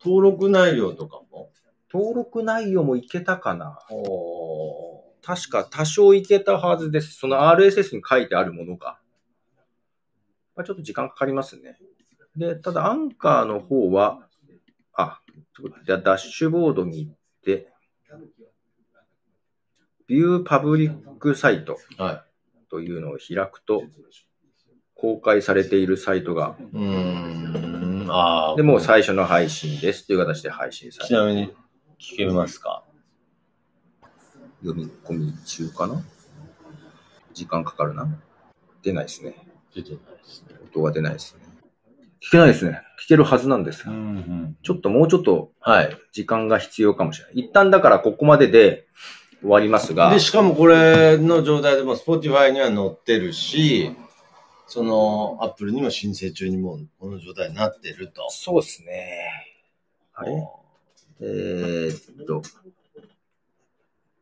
Speaker 1: 登録内容とかも
Speaker 2: と。登録内容もいけたかな
Speaker 1: お
Speaker 2: 確か多少いけたはずです。その RSS に書いてあるものが。まあ、ちょっと時間かかりますね。で、ただアンカーの方は、あ、ちょっとじゃあダッシュボードに行って、ビューパブリックサイト
Speaker 1: は
Speaker 2: というのを開くと、公開されているサイトが、
Speaker 1: い。うーん。ああ。
Speaker 2: で、もう最初の配信ですという形で配信され
Speaker 1: ちなみに聞けますか
Speaker 2: 読み込み中かな時間かかるな出ないですね。
Speaker 1: 出てないですね。
Speaker 2: 音が出ないですね。聞けないですね。聞けるはずなんです
Speaker 1: う
Speaker 2: が、
Speaker 1: んうん。
Speaker 2: ちょっともうちょっと
Speaker 1: はい。
Speaker 2: 時間が必要かもしれない。一旦だからここまでで終わりますが
Speaker 1: で、、しかもこれの状態でも Spotify には載ってるし、その Apple にも申請中にもうこの状態になってると。
Speaker 2: そうですね。あれえー、っと、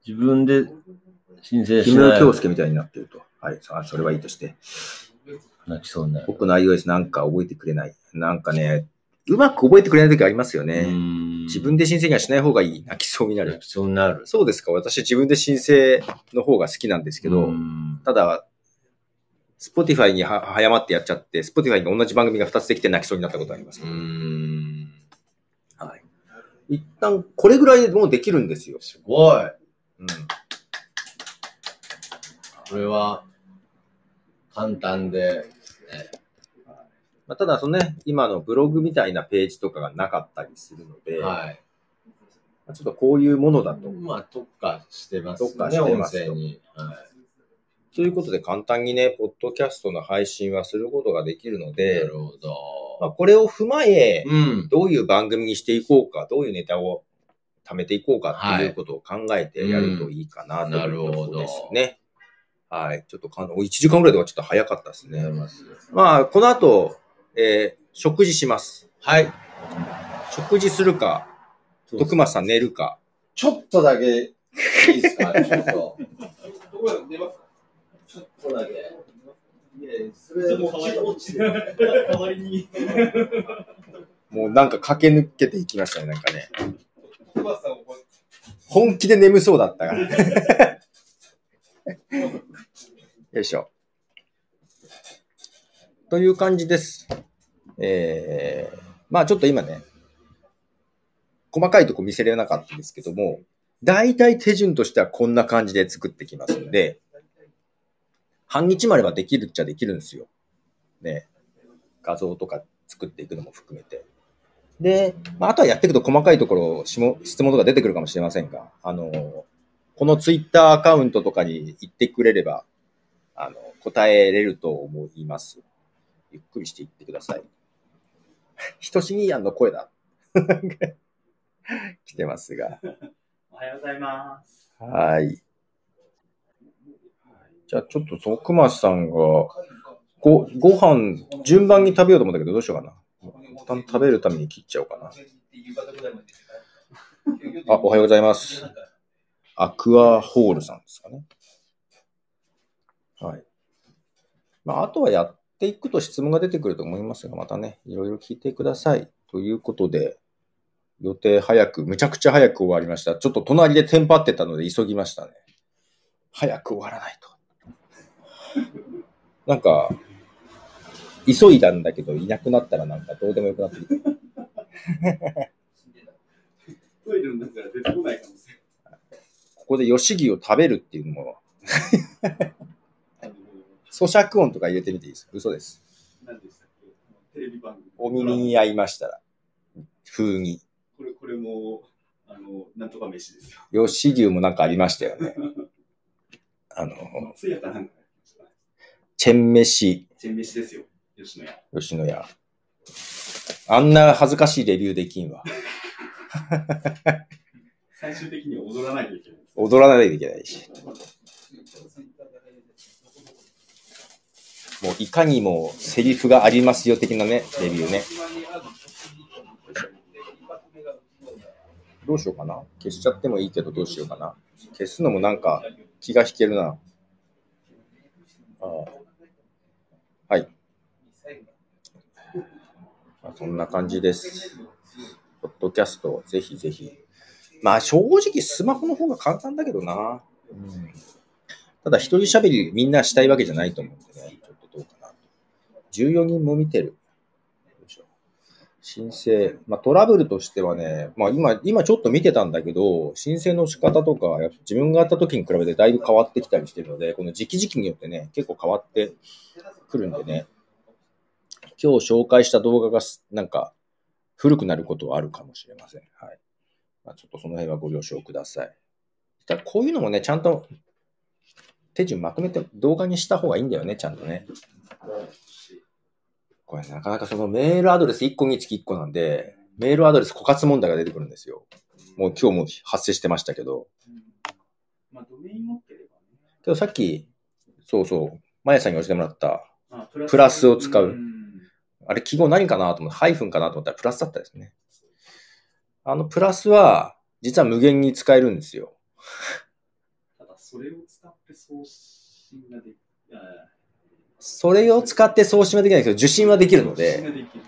Speaker 1: 自分で申請
Speaker 2: 木
Speaker 1: しな
Speaker 2: 村
Speaker 1: い
Speaker 2: 京介みたいになってると。はい、そあそれはいいとして。
Speaker 1: 泣きそうになる。
Speaker 2: 僕の iOS なんか覚えてくれない。なんかね、うまく覚えてくれない時ありますよ
Speaker 1: うー
Speaker 2: ね。
Speaker 1: ん
Speaker 2: 自分で申請がしない方がいい。泣きそうにな
Speaker 1: 泣
Speaker 2: る。
Speaker 1: きそうになる。
Speaker 2: そうですか。私自分で申請の方が好きなんですけど、
Speaker 1: うーん
Speaker 2: ただ、Spotify には早まってやっちゃって、Spotify に同じ番組が2つできて泣きそうになったことあります
Speaker 1: う。ーん。
Speaker 2: はい。一旦、これぐらいでもうできるんですよ。
Speaker 1: すごい。
Speaker 2: うん。
Speaker 1: これは簡単で。
Speaker 2: まあ、ただ、そのね、今のブログみたいなページとかがなかったりするので、
Speaker 1: はい。
Speaker 2: まあちょっとこういうものだと。
Speaker 1: まあ、特化してますね。
Speaker 2: 特化してます
Speaker 1: 音声に。は
Speaker 2: ということで、簡単にね、ポッドキャストの配信はすることができるの
Speaker 1: い。な
Speaker 2: で
Speaker 1: る、ほ
Speaker 2: まあ、
Speaker 1: ど。
Speaker 2: これを踏まえ、
Speaker 1: うん。
Speaker 2: どういう番組にしていこうか、どういうネタを貯めていこうかっていうことを考えてやるといいかなというところですね。はい。ちょっとかん、お1時間ぐらいではちょっと早かったです
Speaker 1: ありがとう
Speaker 2: ね。
Speaker 1: ございます
Speaker 2: まあ、この後、えー食事します。
Speaker 1: はい。
Speaker 2: 食事するか、徳松さん寝るか。
Speaker 1: ちょっとだけ、いいです かちょっと。ちょっとだけ。いやいやそれも気持ちで
Speaker 2: もうなんか駆け抜けていきましたね、なんかね。本気で眠そうだったから。よいしょ。という感じです。えー、まあちょっと今ね、細かいとこ見せれなかったですけども、大体手順としてはこんな感じで作ってきますんで、半日もあればできるっちゃできるんですよ。ね。画像とか作っていくのも含めて。で、まあ、あとはやっていくと細かいところ、しも質問とか出てくるかもしれませんが、あの、このツイッターアカウントとかに行ってくれれば、あの、答えれると思います。ゆっくりしていってください。 ひとしにやんの声だ。 来てますが。
Speaker 3: おはようございます。
Speaker 2: はい。じゃあちょっと徳松さんが、ご、ご飯、順番に食べようと思ったけど、どうしようかな。一旦食べるために切っちゃおうかな。あ、おはようございます。アクアホールさんですかね。はい。まあ、あとはやっていくと質問が出てくると思いますが、またね、いろいろ聞いてください。ということで、予定早く、むちゃくちゃ早く終わりました。ちょっと隣でテンパってたので急ぎましたね。早く終わらないと。 なんか、急いだんだけど、いなくなったらなんかどうでもよくなってきた。
Speaker 3: トイレの中から出てこないかもし
Speaker 2: ここで吉木を食べるっていうのも、
Speaker 3: れない。
Speaker 2: 咀嚼音とか入れてみていいですか嘘です。
Speaker 3: 何でしたっけテレビ番組。
Speaker 2: お耳に合いましたら、風に。
Speaker 3: これ、これも、あの、なんとか飯です よ。
Speaker 2: 吉牛もなんかありましたよね。あの、
Speaker 3: 松屋かなんかやってましたね。
Speaker 2: チェン飯、
Speaker 3: チェン飯ですよ。吉野家。
Speaker 2: 吉野家。あんな恥ずかしいレビューできんわ。
Speaker 3: 最終的に踊らないといけないんですよ。
Speaker 2: 踊らないといけないし。もういかにもセリフがありますよ的なね、レビューね。どうしようかな消しちゃってもいいけどどうしようかな消すのもなんか気が引けるな。ああはい。まあ、そんな感じです。ポッドキャスト、ぜひぜひ。まあ正直スマホの方が簡単だけどな。うんただ一人喋りみんなしたいわけじゃないと思うんでね。ちょっとどうかな。14人も見てる。よいしょ申請。まあトラブルとしてはね、まあ今、今ちょっと見てたんだけど、申請の仕方とか、やっぱ自分がやった時に比べてだいぶ変わってきたりしてるので、この時期時期によってね、結構変わってくるんでね。今日紹介した動画がすなんか古くなることはあるかもしれません。はい。まあ、ちょっとその辺はご了承ください。ただこういうのもね、ちゃんと手順まとめて動画にした方がいいんだよね、ちゃんとね。これなかなかそのメールアドレス1個につき1個なんで、メールアドレス枯渇問題が出てくるんですよ。もう今日も発生してましたけど。
Speaker 3: まあ、ドメイン持ってればね。
Speaker 2: けどさっき、そうそう、まやさんに教えてもらった、
Speaker 3: まあプラ
Speaker 2: プラスを使うんあれ記号何かなと思って、ハイフンかなと思ったらプラスだったですね。あのプラスは、実は無限に使えるんですよ。
Speaker 3: ただ、それを使って送信ができあ
Speaker 2: それを使って送信はできないけど、受信はできるの
Speaker 3: 送
Speaker 2: で、
Speaker 3: 信ができる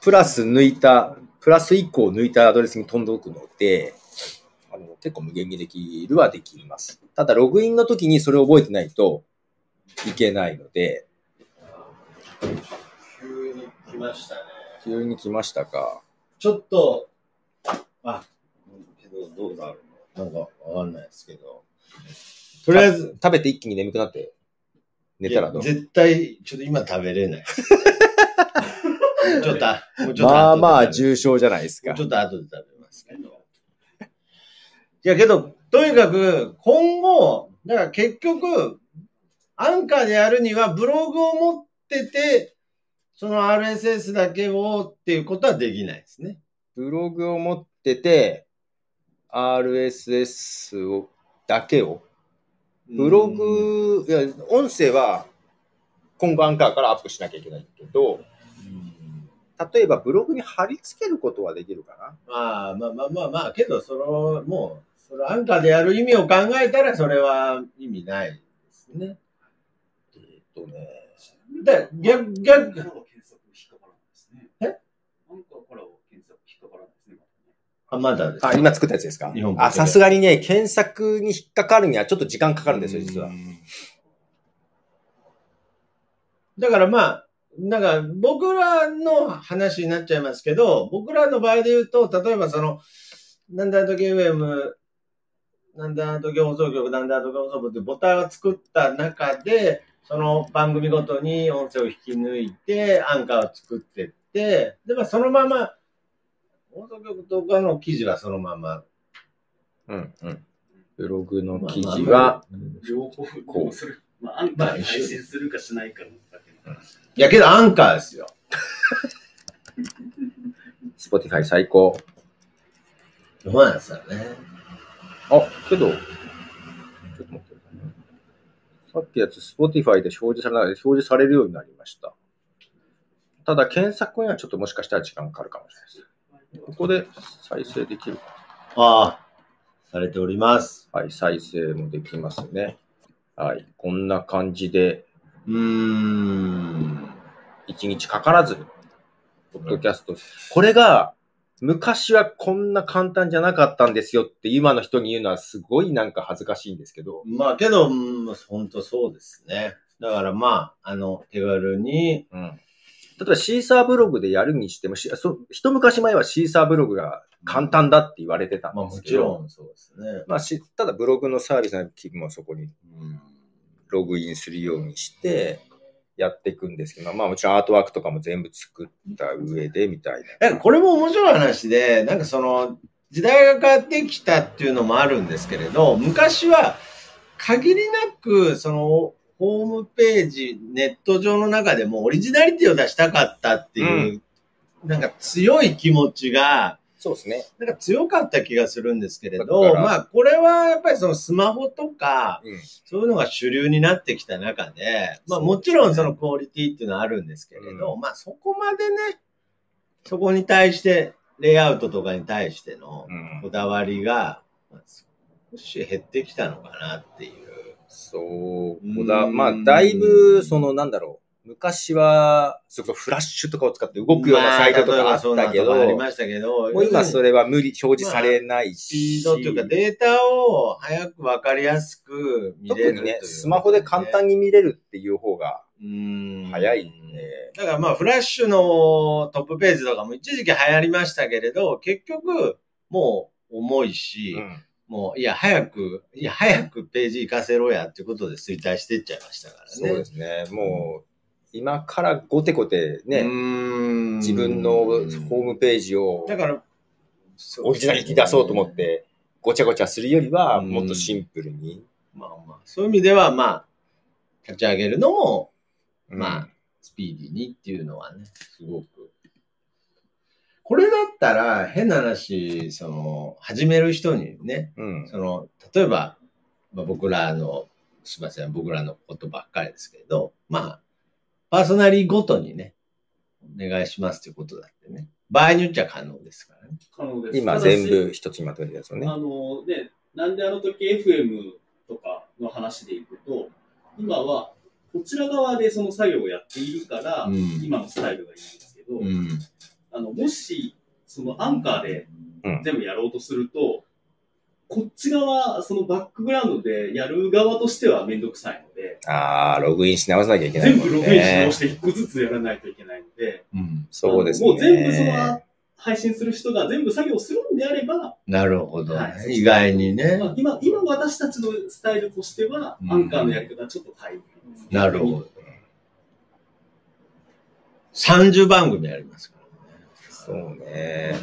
Speaker 2: プラス抜いた、プラス1個を抜いたアドレスに飛んでおくので、あの結構無限にできるはできます。ただ、ログインの時にそれを覚えてないといけないので、
Speaker 1: 急に来ましたね。
Speaker 2: 急に来ましたか。
Speaker 1: ちょっと、あ、けどどうだろうな。なんかわかんないですけど。とりあえず、
Speaker 2: 食べて一気に眠くなって寝たらどう
Speaker 1: いや絶対、ちょっと今食べれない。ちょっと、もうちょっと後で食べる。
Speaker 2: まあまあ重症じゃないですか
Speaker 1: ち。ょっと後で食べますけど。いやけど、とにかく、今後、だから結局、アンカーでやるにはブログを持ってて、その RSS だけをっていうことはできないですね。
Speaker 2: ブログを持ってて、RSS をだけを。ブロ
Speaker 1: うん、
Speaker 2: グ、いや、音声は今後アンカーからアップしなきゃいけないけど、例えばブログに貼り付けることはできるかな。
Speaker 1: まあまあまあまあまあ、けど、その、もう、そのアンカーでやる意味を考えたら、それは意味ないですね。
Speaker 2: えっとね。
Speaker 1: だ逆、
Speaker 3: アン
Speaker 1: 逆
Speaker 3: カー、からは検索引っかからないですね。
Speaker 1: え
Speaker 3: アンカーからは検索引っかからないですね。
Speaker 1: あ、まだです。
Speaker 2: あ、今作ったやつですか
Speaker 1: 日本語
Speaker 2: あ、さすがにね、検索に引っかかるにはちょっと時間かかるんですよ、実は
Speaker 1: う。ん。だからまあ、なんか僕らの話になっちゃいますけど、僕らの場合で言うと、例えばその、なんだあの時 FM、なんだあの時放送局、なんだあの時放送部っていうボタンを作った中で、その番組ごとに音声を引き抜いて、アンカーを作ってって、で、まあそのまま、放送局とかの記事はそのまま。
Speaker 2: うん、うん。ブログの記
Speaker 1: まあ
Speaker 2: 事
Speaker 1: ま
Speaker 2: は、
Speaker 3: 両方、
Speaker 2: こう
Speaker 3: こうする。まあ、アンカーに配信するかしないかのだけの話。
Speaker 1: いやけどアンカーですよ。
Speaker 2: Spotify 最高。
Speaker 1: そうなんですよね。
Speaker 2: あ、けど、ちょっと待ってくださいね。さっきやつ、Spotify で表示されない、表示されるようになりました。ただ、検索にはちょっともしかしたら時間かかるかもしれないです。ここで再生できるか
Speaker 1: ああ、されております。
Speaker 2: はい、再生もできますね。はい、こんな感じで、
Speaker 1: うーん。
Speaker 2: 1日かからず、ポッドキャスト。これが、昔はこんな簡単じゃなかったんですよって今の人に言うのはすごいなんか恥ずかしいんですけど、
Speaker 1: まあけど、うん本当そうですね。だからまあ、あの、手軽に、
Speaker 2: うん例えばシーサーブログでやるにしても、しそ一昔前はシーサーブログが簡単だって言われてたん
Speaker 1: まあ
Speaker 2: で
Speaker 1: も
Speaker 2: す
Speaker 1: ち
Speaker 2: けど、
Speaker 1: ろんそうですね。
Speaker 2: まあし、ただブログのサービスの機もそこに
Speaker 1: うん
Speaker 2: ログインするようにしてやっていくんですけど、まあもちろんアートワークとかも全部作った上でみたいな。
Speaker 1: なんかこれも面白い話で、なんかその、時代が変わってきたっていうのもあるんですけれど、昔は限りなく、その、ホームページ、ネット上の中でもオリジナリティを出したかったっていう、なんか強い気持ちが、
Speaker 2: そうですね。
Speaker 1: なんか強かった気がするんですけれ
Speaker 2: だ
Speaker 1: ど、
Speaker 2: から
Speaker 1: まあこれはやっぱりそのスマホとか、
Speaker 2: うん
Speaker 1: そういうのが主流になってきた中で、まあもちろんそのクオリティっていうのはあるんですけれど、まあそこまでね、そこに対して、レイアウトとかに対してのこだわりが、まあ少し減ってきたのかなっていう。
Speaker 2: そう、こだ、
Speaker 1: うん
Speaker 2: まあ、だいぶ、その、なんだろう。昔は、それこそフラッシュとかを使って動くようなサイトとかあったけど、
Speaker 1: まあ例えばそういうのとかありましたけど、
Speaker 2: もう今それは無理、表示されない
Speaker 1: スピ
Speaker 2: し。
Speaker 1: ードというかデータを早く分かりやすく見れ
Speaker 2: 特
Speaker 1: る
Speaker 2: にね、スマホで簡単に見れるっていう方が
Speaker 1: に
Speaker 2: 早いね。
Speaker 1: だからまあフラッシュのトップページとかも一時期流行りましたけれど、結局もう重いし、
Speaker 2: うん
Speaker 1: もういや早く、いや早くページ行かせろやってことで衰退していっちゃいましたからね。
Speaker 2: そうですね。もう、今からごてこてね、
Speaker 1: ね
Speaker 2: 自分のホームページを
Speaker 1: だから、
Speaker 2: オリジナリティ出そうと思っ。て、ごちゃごちゃするよりは、
Speaker 1: うん
Speaker 2: もっとシンプルに。
Speaker 1: まあまあ、そういう意味ではまあ、立ち上げるのも、まあ、スピーディーにっていうのはね、すごく。これだったら、変な話、その、始める人にね、
Speaker 2: うん、
Speaker 1: その、例えば、まあ、僕らの、すいません、僕らのことばっかりですけれど、まあ、パーソナリーごとにね、お願いしますということだってね、場合によっちゃ可能ですからね。
Speaker 3: 可能です。
Speaker 2: 今
Speaker 3: ただし
Speaker 2: 全部一つにまとめたやつをね。
Speaker 3: あのね、なんであの時 FM とかの話でいくと、今はこちら側でその作業をやっているから、
Speaker 1: うん
Speaker 3: 今のスタイルがいいんですけど、
Speaker 1: うん。
Speaker 3: あのもしそのアンカーで
Speaker 2: うん
Speaker 3: 全部やろうとすると、こっち側、そのバックグラウンドでやる側としてはめんどくさいので、
Speaker 2: ああ、ログインし直さなきゃいけない
Speaker 3: 全
Speaker 2: もん
Speaker 3: 部
Speaker 2: ね。
Speaker 3: ログインし直して一個ずつやらないといけないので、
Speaker 1: うん。
Speaker 2: そうです
Speaker 3: あ
Speaker 2: ね。
Speaker 3: のもう全部その配信する人が全部作業するんであれば、
Speaker 1: なるほど、ね
Speaker 3: はい
Speaker 1: 意外にね。
Speaker 3: まあ、今、今私たちのスタイルとしては、
Speaker 1: うん
Speaker 3: アンカーのやり方はちょっと大変ですね、
Speaker 1: なる ほど。30番組ありますからね。
Speaker 2: そうね。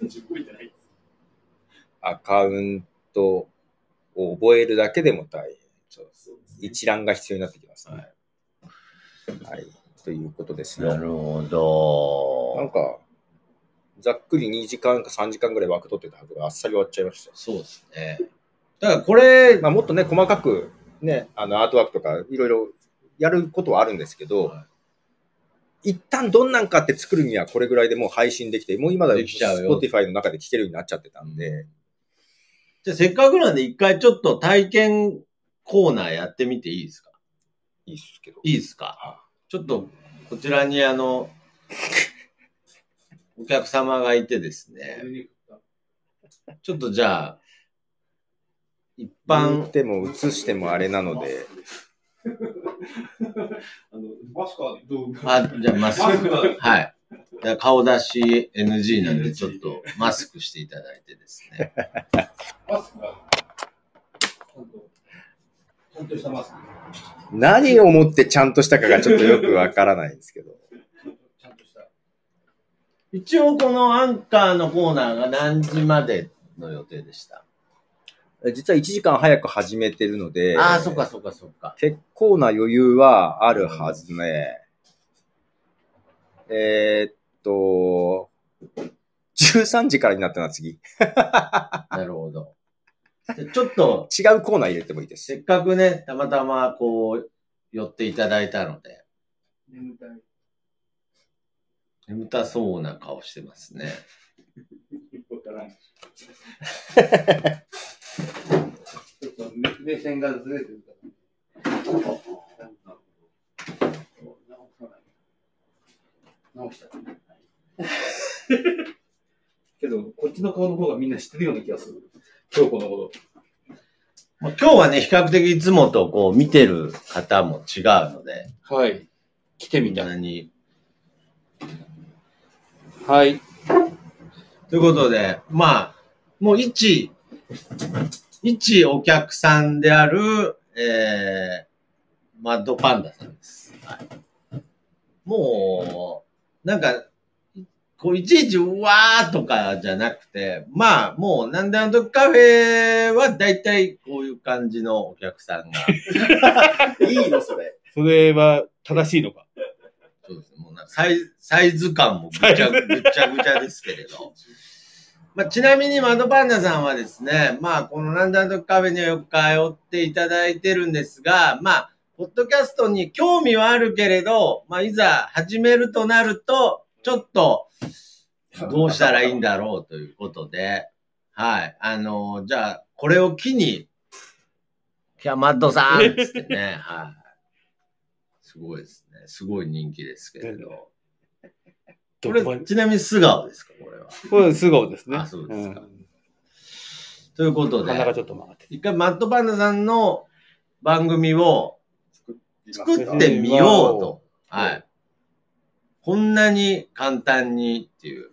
Speaker 3: 30動いてないです。
Speaker 2: アカウントを覚えるだけでも大変。
Speaker 3: そうですね
Speaker 2: 一覧が必要になってきますね。はい。ということですよ。
Speaker 1: なるほ
Speaker 2: な
Speaker 1: ど。
Speaker 2: んか、ざっくり2時間か3時間ぐらい枠取ってたはずがあっさり終わっちゃいましたよ。
Speaker 1: そうですね。だからこれ、
Speaker 2: まあ、もっとね、細かく、ね、あの、アートワークとか、いろいろやることはあるんですけど、
Speaker 1: は
Speaker 2: 一旦どんなんかって作るにはこれぐらいでもう配信できて、もう今だと
Speaker 1: できちゃうよ
Speaker 2: Spotify の中で聴けるようになっちゃってたんで、
Speaker 1: じゃあせっかくなんで一回ちょっと体験コーナーやってみていいですか
Speaker 2: いいっすけど。
Speaker 1: いいですかちょっとこちらにあの、お客様がいてですね、ちょっとじゃあ、一
Speaker 2: 言
Speaker 1: 般
Speaker 2: っ、ても映してもあれなの で、。
Speaker 3: あの、マスカ動画。
Speaker 1: あ、じゃあマスク
Speaker 3: マスクは。
Speaker 1: はい。じゃあ顔出し NG なんで、ちょっとマスクしていただいてですね。
Speaker 3: マスクは。ちゃんとちゃんとしたマスク。
Speaker 2: 何をもってちゃんとしたかがちょっとよくわからないんですけど。
Speaker 3: ちゃんとした。
Speaker 1: 一応このアンカーのコーナーが何時までの予定でした。
Speaker 2: 実は1時間早く始めてるので、
Speaker 1: ああ、そっかそっかそっか。
Speaker 2: 結構な余裕はあるはずね。えーっと、13時からになったな、次。
Speaker 1: なるほど。でちょっと、
Speaker 2: 違うコーナー入れてもいいで
Speaker 1: せ
Speaker 2: す。
Speaker 1: っかくね、たまたまこう、寄っていただいたので、
Speaker 3: 眠たい。
Speaker 1: 眠たそうな顔してますね。
Speaker 3: わからん。ちょっと目線がずれてるから。直した。けど、こっちの顔の方がみんな知ってるような気がする。今日このこと。
Speaker 1: まあ今日はね、比較的いつもとこう見てる方も違うので、
Speaker 4: はい。来てみ
Speaker 1: みん
Speaker 4: た。
Speaker 1: なに。
Speaker 4: はい。
Speaker 1: ということで、まあ、もう一、一お客さんである、えー、マッドパンダさんです。はいもう、なんか、こう、いちいち、うわーとかじゃなくて、まあ、もう、なんであの時カフェは、だいたいこういう感じのお客さんが、
Speaker 3: いいの、それ。
Speaker 5: それは正しいのか。
Speaker 1: そうですね。もうなんかサイズ、サイズ感もぐちゃぐぐちゃぐちゃですけれど。まあ、ちなみに窓パンダさんはですね、まあ、このランダムカフェにはよく通っていただいてるんですが、まあ、ポッドキャストに興味はあるけれど、まあ、いざ始めるとなると、ちょっと、どうしたらいいんだろうということで、はい。あのじゃあ、これを機に、キャマッドさんっつって ね、はい。すごいですね。すごい人気ですけれど。これ、ちなみに素顔ですか、これは。
Speaker 5: これ素顔ですね。
Speaker 1: あそうですか
Speaker 5: ん
Speaker 1: ということ
Speaker 5: 鼻が
Speaker 1: で、
Speaker 5: ちょっと曲がって
Speaker 1: 一回マットパンダさんの番組を作ってみようと。はい。こんなに簡単にっていう。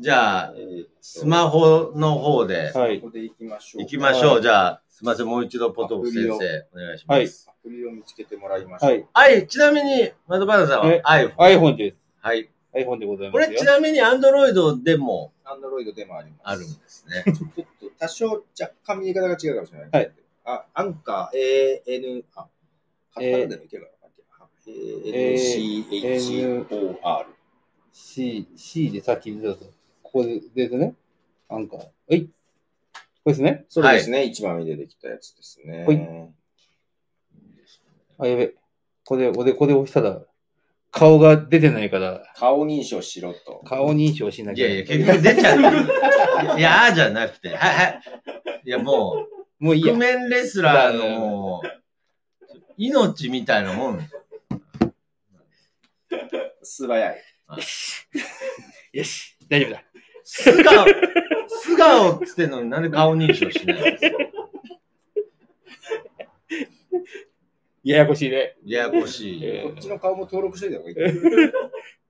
Speaker 1: じゃあ、スマホの方で
Speaker 5: る。はい。
Speaker 2: ここで行きましょう。
Speaker 1: 行きましょ
Speaker 5: は
Speaker 1: う。じゃあ、すみません、もう一度ポトフ先生、お願いします。
Speaker 2: アプリを見つけてもらいましょう。
Speaker 5: はい。
Speaker 1: はい、ちなみに、マットパンダさんは
Speaker 5: え
Speaker 1: iPhone。
Speaker 5: iPhone です。
Speaker 1: はい。
Speaker 5: iPhone でござい
Speaker 1: こ
Speaker 5: ますよ。
Speaker 1: れ、ちなみに Android でも
Speaker 2: アンドロイドでもあります。
Speaker 1: あるんですね。
Speaker 2: ちょっと多少若干見え方が違うかもしれない。
Speaker 5: はい。
Speaker 2: あ、アンカー、AN、あ、カタカナでもいけるのかな ?ANCHOR。
Speaker 5: C、C でさっき出たと。ここでですね。アンカー。はい。これですね。
Speaker 2: それですね、一番目に出てきたやつですね。
Speaker 5: ほいあ、やべ。これ、これ、これ押したら、顔が出てないから、
Speaker 2: 顔認証しろと。
Speaker 5: 顔認証しないきゃ
Speaker 1: やいや、結局出ちゃってる。いや、あーじゃなくて。はいはい。いや、も
Speaker 5: もう
Speaker 1: う、
Speaker 5: いいや
Speaker 1: 覆。面レスラーのもう、命みたいなもん。
Speaker 2: 素早い。
Speaker 5: よし。大丈夫だ。
Speaker 1: 素顔、素顔っつってんのになんで顔認証しないんですか
Speaker 5: ややこしいね。
Speaker 1: ややこしい。
Speaker 5: え
Speaker 2: こっちの顔も登録しといた方がいい。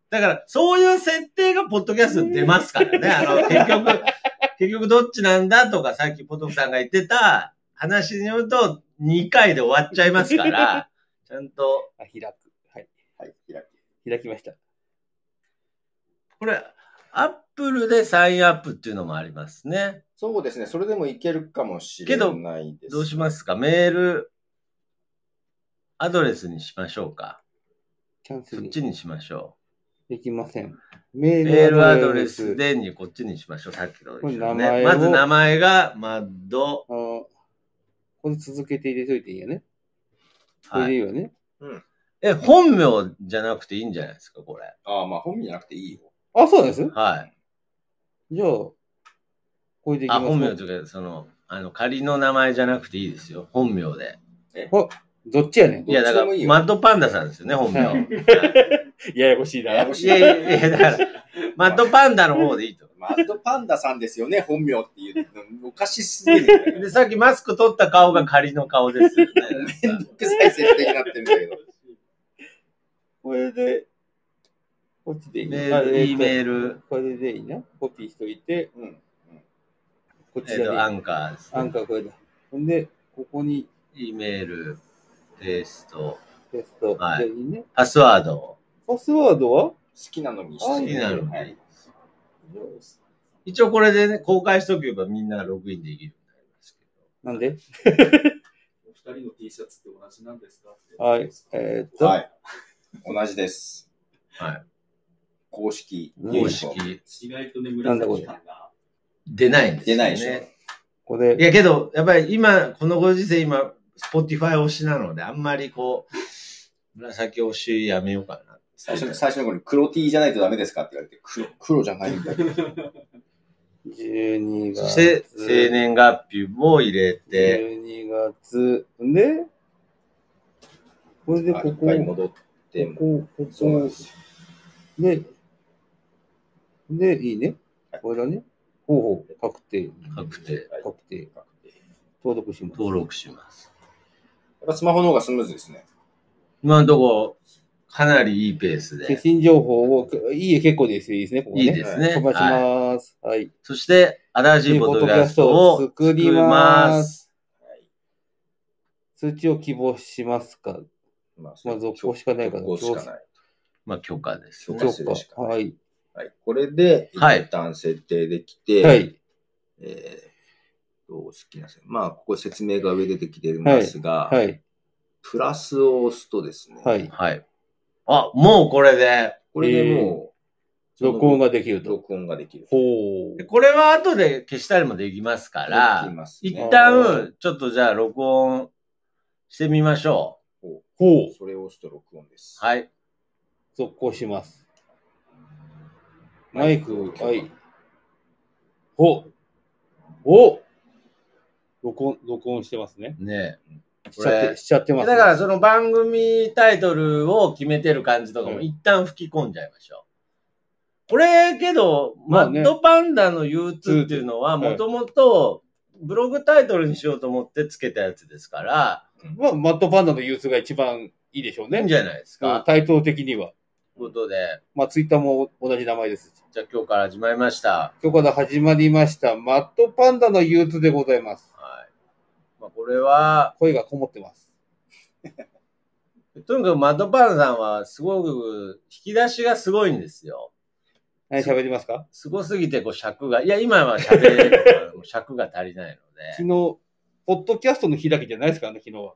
Speaker 1: だから、そういう設定がポッドキャストに出ますからね。あの、結局、 結局どっちなんだとか、さっきポトフさんが言ってた話によると、2回で終わっちゃいますから、ちゃんと、
Speaker 5: あ、開く。はい。
Speaker 2: はい、開き。
Speaker 5: 開きました。
Speaker 1: これ、アップルでサインアップっていうのもありますね。
Speaker 2: そうですね、それでもいけるかもしれないです。
Speaker 1: どうしますかメール、アドレスにしましょうか。
Speaker 5: キャンセ
Speaker 1: そっ
Speaker 5: ル
Speaker 1: ちにしましょ
Speaker 5: できません。メ
Speaker 1: う。メールアドレス。でにこっちにしましょう。さっきのと一緒に
Speaker 5: こ
Speaker 1: ね。
Speaker 5: れ名前を
Speaker 1: まず名前が、マッド、
Speaker 5: あのこれ続けて入れといていいよね。これ
Speaker 1: は
Speaker 5: でい
Speaker 1: い。
Speaker 5: いよね。
Speaker 1: え、本名じゃなくていいんじゃないですかこれ。
Speaker 2: ああ、まあ本名じゃなくていいよ。
Speaker 5: あ、そうなんです
Speaker 1: はい。
Speaker 5: じゃあ、これでいきま
Speaker 1: あ、
Speaker 5: す
Speaker 1: 本名というか、その、あの、仮の名前じゃなくていいですよ。本名で。
Speaker 5: どっちやねん。
Speaker 1: いや、だか
Speaker 2: どっちでもいい
Speaker 1: ら、
Speaker 2: よ
Speaker 1: マッドパンダさんですよね、本名。
Speaker 5: はい
Speaker 1: はい
Speaker 5: ややこしい
Speaker 2: ややこし
Speaker 1: いやいやいや、だから、マッドパンダの方でいいと。
Speaker 2: マッドパンダさんですよね、本名っていうの。おかしすぎ る。
Speaker 1: で、さっきマスク取った顔が仮の顔ですよね。
Speaker 2: めんどくさい設定になってるんだけど。
Speaker 5: これで、こっちでいい
Speaker 1: メール、E メー
Speaker 5: ル。
Speaker 1: ル、
Speaker 5: これでいいな。コピーしといて、
Speaker 2: うん。
Speaker 5: こっち
Speaker 1: え
Speaker 5: だ
Speaker 1: っ
Speaker 5: け
Speaker 1: と、アンカーです、
Speaker 5: アン
Speaker 1: ね。
Speaker 5: カーこれだ。ほんで、ここに
Speaker 1: E メール、ペースト、
Speaker 5: テスト。
Speaker 1: はい
Speaker 5: でいいね。
Speaker 1: パスワード。
Speaker 5: パスワードは
Speaker 2: 好きなのに
Speaker 5: 好
Speaker 1: きなのに
Speaker 2: はい
Speaker 1: 一応これでね、公開しとけばみんなログインできるようになりますけど。
Speaker 5: なんで
Speaker 3: お二人の T シャツって同じなんですかって
Speaker 5: はい。えーっと、
Speaker 2: はい。同じです。
Speaker 1: はい。
Speaker 2: 公式。
Speaker 1: 公式
Speaker 3: 意外とね、
Speaker 5: なんだこれ
Speaker 3: 紫感が。
Speaker 1: 出ないんです
Speaker 2: 出
Speaker 1: よ
Speaker 2: な
Speaker 1: ね。
Speaker 2: いでしょ。
Speaker 5: こ
Speaker 1: い
Speaker 5: れ、
Speaker 1: やけど、やっぱり今、このご時世今、Spotify 推しなので、あんまりこう、紫推しやめようかな。
Speaker 2: 最初の、最初の頃に黒 T じゃないとダメですかって言われて、黒、黒じゃないんだけど。
Speaker 5: 12月。
Speaker 1: そして、生年月日も入れて、
Speaker 5: 12月。んで、これで
Speaker 2: あ
Speaker 5: こ
Speaker 2: い
Speaker 5: こ、
Speaker 2: っぱい戻って
Speaker 5: こ
Speaker 2: も。
Speaker 5: こ、こ
Speaker 2: そうなん
Speaker 5: こ
Speaker 2: で、すよ。
Speaker 5: で、で、いいね。これだね。ほうほう、確定、
Speaker 1: 確定、
Speaker 2: はい
Speaker 5: 確定、
Speaker 2: 確定や
Speaker 5: 登録します。
Speaker 1: 登録します。
Speaker 2: っぱスマホの方がスムーズですね。
Speaker 1: 今のところ、かなりいいペース
Speaker 5: 写
Speaker 1: で、
Speaker 5: 真情報を、いいえ、結構です。いいですね、ここね。
Speaker 1: いいですね。
Speaker 5: 飛ばし
Speaker 1: はい
Speaker 5: ます。はい。
Speaker 1: そして、新しいポッドキャストを作ります。
Speaker 5: 通知を希望しますか
Speaker 2: まあ
Speaker 5: まあ続行しかないから
Speaker 2: 続行しかない。
Speaker 1: まあ、許可です
Speaker 2: 許
Speaker 1: ね。
Speaker 2: 可するしか
Speaker 5: はい。
Speaker 2: はい。これで、
Speaker 1: はい
Speaker 2: 一旦設定できて、
Speaker 5: はい。
Speaker 2: えー、と、好きなせまあ、ここ説明が上でできてますが、
Speaker 5: はい。
Speaker 2: プラスを押すとですね、
Speaker 5: はい。
Speaker 1: はい。あ、もうこれで。
Speaker 2: これでもう、
Speaker 5: 録音ができる
Speaker 2: その
Speaker 5: と。
Speaker 2: 録音ができる。
Speaker 5: ほう
Speaker 1: で。これは後で消したりもできますか
Speaker 2: でき
Speaker 1: ら、
Speaker 2: ますね、
Speaker 1: 一旦、ちょっとじゃあ録音してみましょ
Speaker 5: ほう。
Speaker 2: それを押すと録音です。
Speaker 1: う。はい。
Speaker 5: 続行します。マイク、はい。おお録音、録音してますね。
Speaker 1: ね
Speaker 5: しちゃっ
Speaker 1: これ
Speaker 5: て、しちゃってま
Speaker 1: だ
Speaker 5: す、
Speaker 1: か
Speaker 5: ね。
Speaker 1: らその番組タイトルを決めてる感じとかも
Speaker 5: うん
Speaker 1: 一旦吹き込んじゃいましょう。これけど、
Speaker 5: まあ
Speaker 1: マ
Speaker 5: ね
Speaker 1: ッドパンダの憂鬱っていうのは
Speaker 5: うん
Speaker 1: もともとブログタイトルにしようと思ってつけたやつですから、
Speaker 5: まあ、マットパンダの憂鬱が一番いいでしょう
Speaker 1: いいん
Speaker 5: ね。
Speaker 1: じゃないです
Speaker 5: うん
Speaker 1: か。
Speaker 5: 対等的には。
Speaker 1: ということで、
Speaker 5: まあ、ツイッターも同じ名前です。
Speaker 1: じゃあ今日から始まりました。
Speaker 5: 今日から始まりました。マットパンダの憂鬱でございます。
Speaker 1: はい。まあこれは、
Speaker 5: 声がこもってます。
Speaker 1: とにかくマッドパンダさんはすごく引き出しがすごいんですよ。
Speaker 5: 何喋りますか
Speaker 1: すごすぎてこう尺が、いや今は喋れるからもう尺が足りない
Speaker 5: 昨
Speaker 1: ので。
Speaker 5: 日、ポッドキャストの日だけじゃないですからね、昨日は。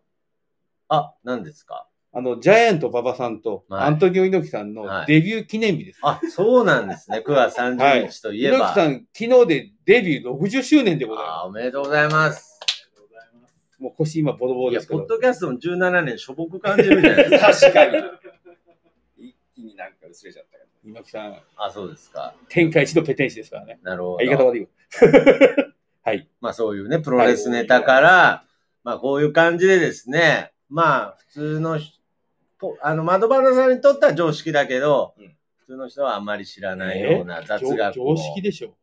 Speaker 1: あ、何ですか
Speaker 5: あの、ジャイアント馬場さんと、
Speaker 1: はい
Speaker 5: アントニオ猪木さんの
Speaker 1: はい
Speaker 5: デビュー記念日です。
Speaker 1: あ、そうなんですね。9月30日といえば。
Speaker 5: 猪木さん、昨日でデビュー60周年でございま
Speaker 1: あおめでとうございます。
Speaker 3: りがとうございます
Speaker 5: す。もう腰今ボロボロ
Speaker 1: い
Speaker 5: で
Speaker 1: や、
Speaker 5: すけ
Speaker 1: ポ
Speaker 5: ど
Speaker 1: ッ。ドキャストも17年しょぼく感じるじゃないですか。
Speaker 2: 確かに。一気になんか薄れちゃったけど。
Speaker 5: 猪木さん、
Speaker 1: あ、そうですか。
Speaker 5: 天下一のペテン師ですからね。
Speaker 1: なるほど。
Speaker 5: 言い方悪いわ。
Speaker 1: まあそういうね、プロレスネタから、まあこういう感じでですね、まあ普通のひ、こあの、窓花さんにとっては常識だけど、
Speaker 2: うん
Speaker 1: 普通の人はあんまり知らないような雑学
Speaker 5: 常
Speaker 1: を。
Speaker 5: 常識でしょ。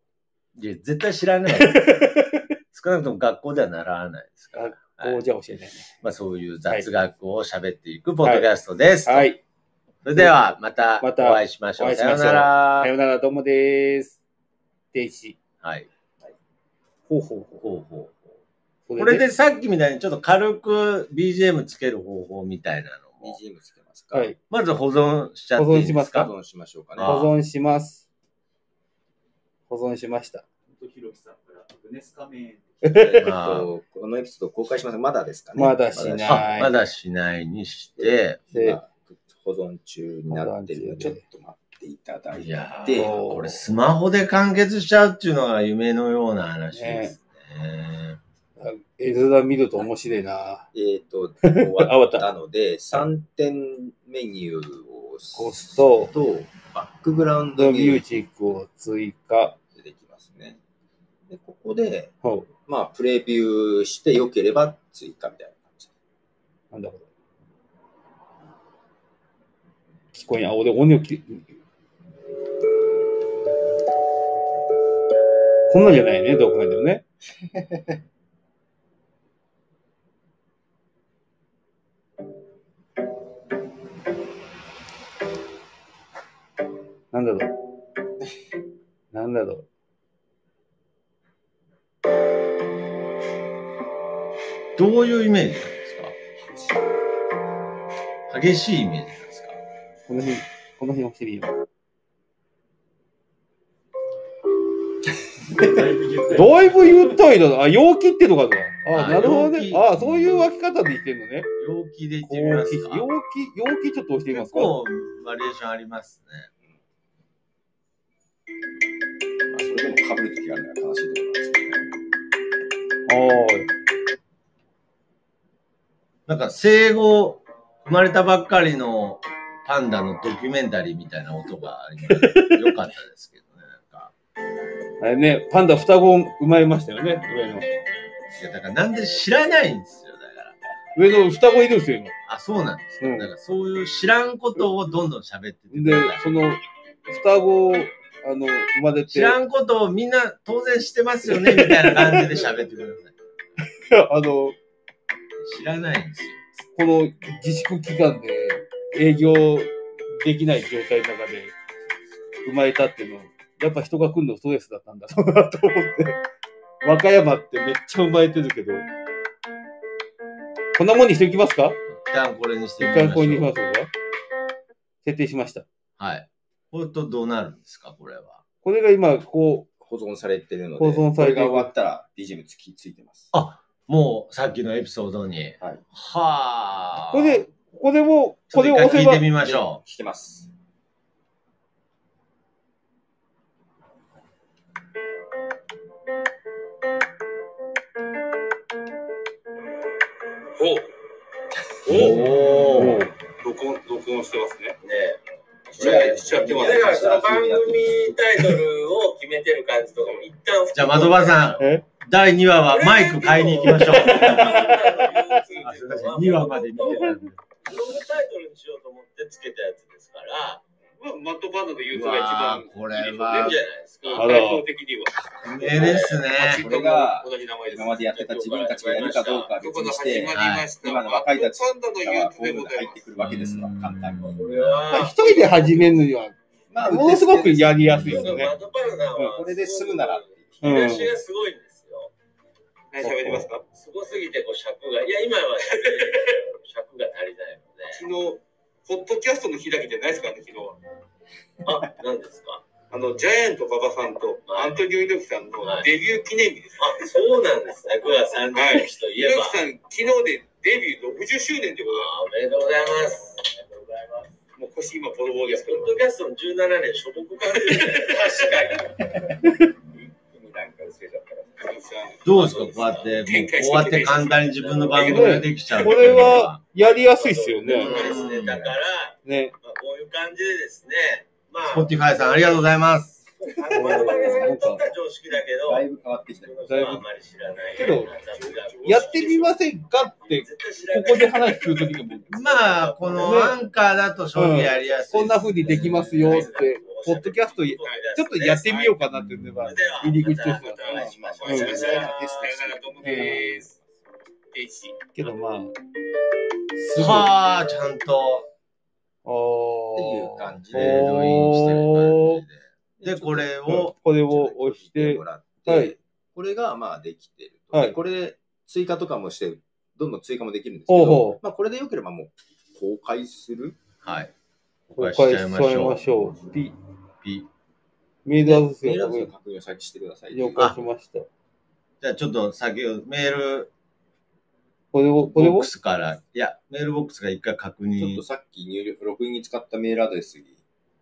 Speaker 1: いや、絶対知ら ない。少なくとも学校では習わないですから。はい
Speaker 5: こうじゃ教えないね。
Speaker 1: まあそういう雑学を喋っていくポッドキャストです。
Speaker 5: はい。
Speaker 1: それでは、また
Speaker 5: また
Speaker 1: お会いしましょ
Speaker 5: お会
Speaker 1: う。
Speaker 5: いし
Speaker 1: さ
Speaker 5: まし
Speaker 1: よ
Speaker 5: ょう
Speaker 1: うなら
Speaker 5: さ。ようなら、どうもです。天使。
Speaker 1: はい。
Speaker 5: ほうほうほう。
Speaker 1: ほうほうほ
Speaker 5: こ
Speaker 1: うこれでさっきみたいにちょっと軽く BGM つける方法みたいなのも、
Speaker 2: BGM つけますか。
Speaker 5: はい。
Speaker 1: まず保存しちゃっていい
Speaker 5: 保存し
Speaker 1: で
Speaker 5: ますす
Speaker 2: 保
Speaker 1: か
Speaker 5: か
Speaker 2: 存しましょうかね。
Speaker 1: あ
Speaker 5: 保存します。保存しました。
Speaker 3: 本当、ひろきさんから、グネスカメン。
Speaker 2: えっ
Speaker 1: あ
Speaker 2: と、このエピソード公開しますまだですかね。
Speaker 5: まだし
Speaker 2: ま
Speaker 5: な
Speaker 2: だ
Speaker 5: い
Speaker 1: あまだしないにして、
Speaker 5: で、
Speaker 2: 今保存中になってるので、ち
Speaker 5: 保
Speaker 2: ょっ
Speaker 5: 存中で
Speaker 2: と待っていただい
Speaker 1: いや
Speaker 2: て、
Speaker 1: ー、
Speaker 5: お
Speaker 1: これスマホで完結しちゃうっていうのが夢のような話ですね。
Speaker 5: 絵面見ると面白いな。
Speaker 2: えっと、終
Speaker 5: あ終
Speaker 2: わ
Speaker 5: わ
Speaker 2: っ
Speaker 5: ったた
Speaker 2: ので、3点メニューを
Speaker 5: 押
Speaker 2: 押
Speaker 5: す
Speaker 2: す
Speaker 5: と
Speaker 2: と、バックグラウンドミ
Speaker 5: ミ
Speaker 2: ュー
Speaker 5: ュー
Speaker 2: ジ
Speaker 5: ジックを追加。
Speaker 2: ックできますね。で、ここで、
Speaker 5: ほ
Speaker 2: まあ、プレビューして良ければ追加みたいな感じ。
Speaker 5: う。なんだこれ。聞こえん。あ、俺音量き、こんなんじゃないね、どう考えてもね。 なんだろう。なんだろう。
Speaker 1: どういうイメージなんですか激しいイメージなんですか
Speaker 5: この辺、この辺押してみよう。
Speaker 3: だいぶ言ったよ
Speaker 5: だいぶゆったいだ。あ、陽気ってのかな。
Speaker 1: あ
Speaker 5: あ、なるほど
Speaker 1: 陽
Speaker 5: ね。
Speaker 1: 気
Speaker 5: あ、そういう分け方で言ってんのね。
Speaker 1: 陽気でいっ
Speaker 5: 陽気、
Speaker 1: てみま
Speaker 5: 陽
Speaker 1: すか
Speaker 5: 気、陽気ちょっと押してみま
Speaker 1: 結
Speaker 5: すか。
Speaker 1: 構バリエーションありますね。
Speaker 2: まあ、それでも被るときがあるのが悲しいところなんですけどね。
Speaker 5: あ
Speaker 1: なんか生後生まれたばっかりのパンダのドキュメンタリーみたいな音が今良かったですけどね。なんか
Speaker 5: あ。あれね、パンダ双子生まれましたよね。
Speaker 1: いやだからなんで知らないんですよ、だから。
Speaker 5: 上の。上の双子いるんですよ、
Speaker 1: あ、そうなんです
Speaker 5: う
Speaker 1: よ。
Speaker 5: ん
Speaker 1: だからそういう知らんことをどんどん喋っててく
Speaker 5: 今。で
Speaker 1: ださい、
Speaker 5: その、双子、あの、生まれ
Speaker 1: 知
Speaker 5: て、
Speaker 1: ら
Speaker 5: あ
Speaker 1: んことをみんな当然してますよね、みたいな感じで喋ってくださ
Speaker 5: の、こ
Speaker 1: い。知らないんですよ。
Speaker 5: の自粛期間で営業できない状態の中で生まれたっていうのは、やっぱ人が来るのストレスだったんだろうなと思って。 和歌山ってめっちゃ生まれてるけど。こんなもんにしておきますか
Speaker 1: 一旦これにして
Speaker 5: 一
Speaker 1: みましょう。
Speaker 5: 回これにしますか設定しました。
Speaker 1: はい。これとどうなるんですか、これは。
Speaker 5: これが今、こ
Speaker 2: 保存されてるので、
Speaker 5: 保存されて
Speaker 2: こが
Speaker 5: る
Speaker 2: 終わったら BGM つきついてます。
Speaker 1: あもう、さっきのエピソードに。
Speaker 2: はい。
Speaker 1: はあ。
Speaker 5: う、これで、これを、
Speaker 1: ちょ
Speaker 5: こ
Speaker 1: っと
Speaker 5: れ
Speaker 1: 一
Speaker 5: を
Speaker 1: 回
Speaker 5: 押せ
Speaker 1: 聞い
Speaker 5: ば
Speaker 1: て、みましょ
Speaker 2: 聞けます。
Speaker 1: う。お
Speaker 5: お
Speaker 1: お。
Speaker 5: ー
Speaker 6: 録音、録音してますね。
Speaker 2: ねえ。
Speaker 6: しちゃいしちゃってます
Speaker 7: だからその番組タイトルを決めてる感じとかも一旦
Speaker 1: じゃあ、的場さ
Speaker 5: え
Speaker 1: ん、第2話はマイク買いに行きましょう。あすいません2話まで見てたんで。
Speaker 7: ロングタイトルにしようと思ってつけたやつですから、
Speaker 6: まあ、マットパンダのユー
Speaker 1: う
Speaker 6: ザーが一
Speaker 1: わ
Speaker 6: 番
Speaker 1: ーこれは
Speaker 7: じゃないですか。
Speaker 5: あら
Speaker 6: 対抗的には。
Speaker 1: えですね。
Speaker 2: これが
Speaker 6: 同じ名前です。
Speaker 2: 今までやってた自分たちがやるかどうかは別
Speaker 6: そこ
Speaker 2: に
Speaker 6: が
Speaker 2: し
Speaker 6: 始
Speaker 2: て、
Speaker 6: まりました。
Speaker 2: 今の若いたち
Speaker 6: マットパンダのユー
Speaker 2: が
Speaker 6: ザ
Speaker 2: こうい
Speaker 6: ー
Speaker 2: う
Speaker 6: で
Speaker 2: の
Speaker 6: ご
Speaker 2: が
Speaker 6: ざい
Speaker 2: 入
Speaker 6: ます
Speaker 2: って。くるわけですわ、簡単に。
Speaker 7: これは
Speaker 5: まあ一人で始めるには、
Speaker 2: ま
Speaker 5: ものすごくやりやすいですよね。
Speaker 7: 窓パンダは
Speaker 2: これで済むならっていう。
Speaker 5: うん。
Speaker 7: 出だしがすごいんですよ。
Speaker 6: 何喋りますか
Speaker 7: すごすぎてこう尺が、いや、今は、 尺が足りないの
Speaker 6: 昨
Speaker 7: で。
Speaker 6: 日、ポッドキャストの日だけじゃないですからね、昨日は。
Speaker 7: あ、何ですか
Speaker 6: あの、ジャイアント馬場さんとアントニオ猪木さんのデビュー記念日です。
Speaker 7: あ、そうなんですね。9月30日といえば。
Speaker 6: 猪木さん、昨日でデビュー60周年ってこ
Speaker 7: あおめでとうございます。ありがとうございます。
Speaker 6: ともう腰今ボロボロ
Speaker 7: い
Speaker 6: で
Speaker 7: や、
Speaker 6: すけ
Speaker 7: ポ
Speaker 6: ど
Speaker 7: ッ。ドキャストの17年、所得感ですね。確かに。
Speaker 2: なんか薄れちゃったら。
Speaker 1: どうですかこうやって、もうこうやって簡単に自分の番組ができちゃう。
Speaker 5: これは、やりやすいっすよ
Speaker 7: そう
Speaker 5: ね。
Speaker 7: ですね。だから、
Speaker 5: ね。
Speaker 7: まあ、こういう感じでですね、まあ、
Speaker 1: Spotify さん、ありがとうございます。
Speaker 7: あの番組さんにとっては常識だけど、
Speaker 2: だいぶ変わってきた。
Speaker 7: 僕はあんまり知らない。
Speaker 5: けどやってみませんかって、
Speaker 7: 絶対知ら
Speaker 5: こ
Speaker 7: ない
Speaker 5: こで話するときでも、
Speaker 1: まあ、このアンカーだと正直やりやすい。
Speaker 5: こんな風にできますよって、ポッドキャストちょっとやってみよう
Speaker 7: う。
Speaker 5: かなっていうのが
Speaker 7: それ、では
Speaker 5: 入り口ですよ
Speaker 7: またお会いしましょう
Speaker 5: うん
Speaker 7: さよなら
Speaker 6: です。
Speaker 5: けどまあ、すごい。あ
Speaker 1: はあ、ちゃんと。
Speaker 2: ってい
Speaker 5: ー
Speaker 2: う感じ
Speaker 1: レードインしてる感じで。で、これを、
Speaker 5: これを押して
Speaker 2: も、らっ
Speaker 5: はい
Speaker 2: て、これがまあできてると。
Speaker 5: はい
Speaker 2: でこれ、追加とかもして、どんどん追加もできるんですけ
Speaker 5: ほう
Speaker 2: ど、
Speaker 5: ほ
Speaker 2: まあこれでよければもう公開する
Speaker 1: はい。
Speaker 5: う、公開しちゃいましょう。ピ
Speaker 1: ピ
Speaker 5: メールアドレス
Speaker 2: メールアドレス
Speaker 5: を
Speaker 2: の確認を先してください。
Speaker 5: 了解しました。
Speaker 1: じゃあちょっと先をメール
Speaker 5: これを、こ
Speaker 1: ボ
Speaker 5: れ
Speaker 1: ッ
Speaker 5: を
Speaker 1: ク、スから、いや、メールボックスが一回確
Speaker 2: ちょっ
Speaker 1: 認
Speaker 2: と。さっき入力、ログインに使ったメールアドレスに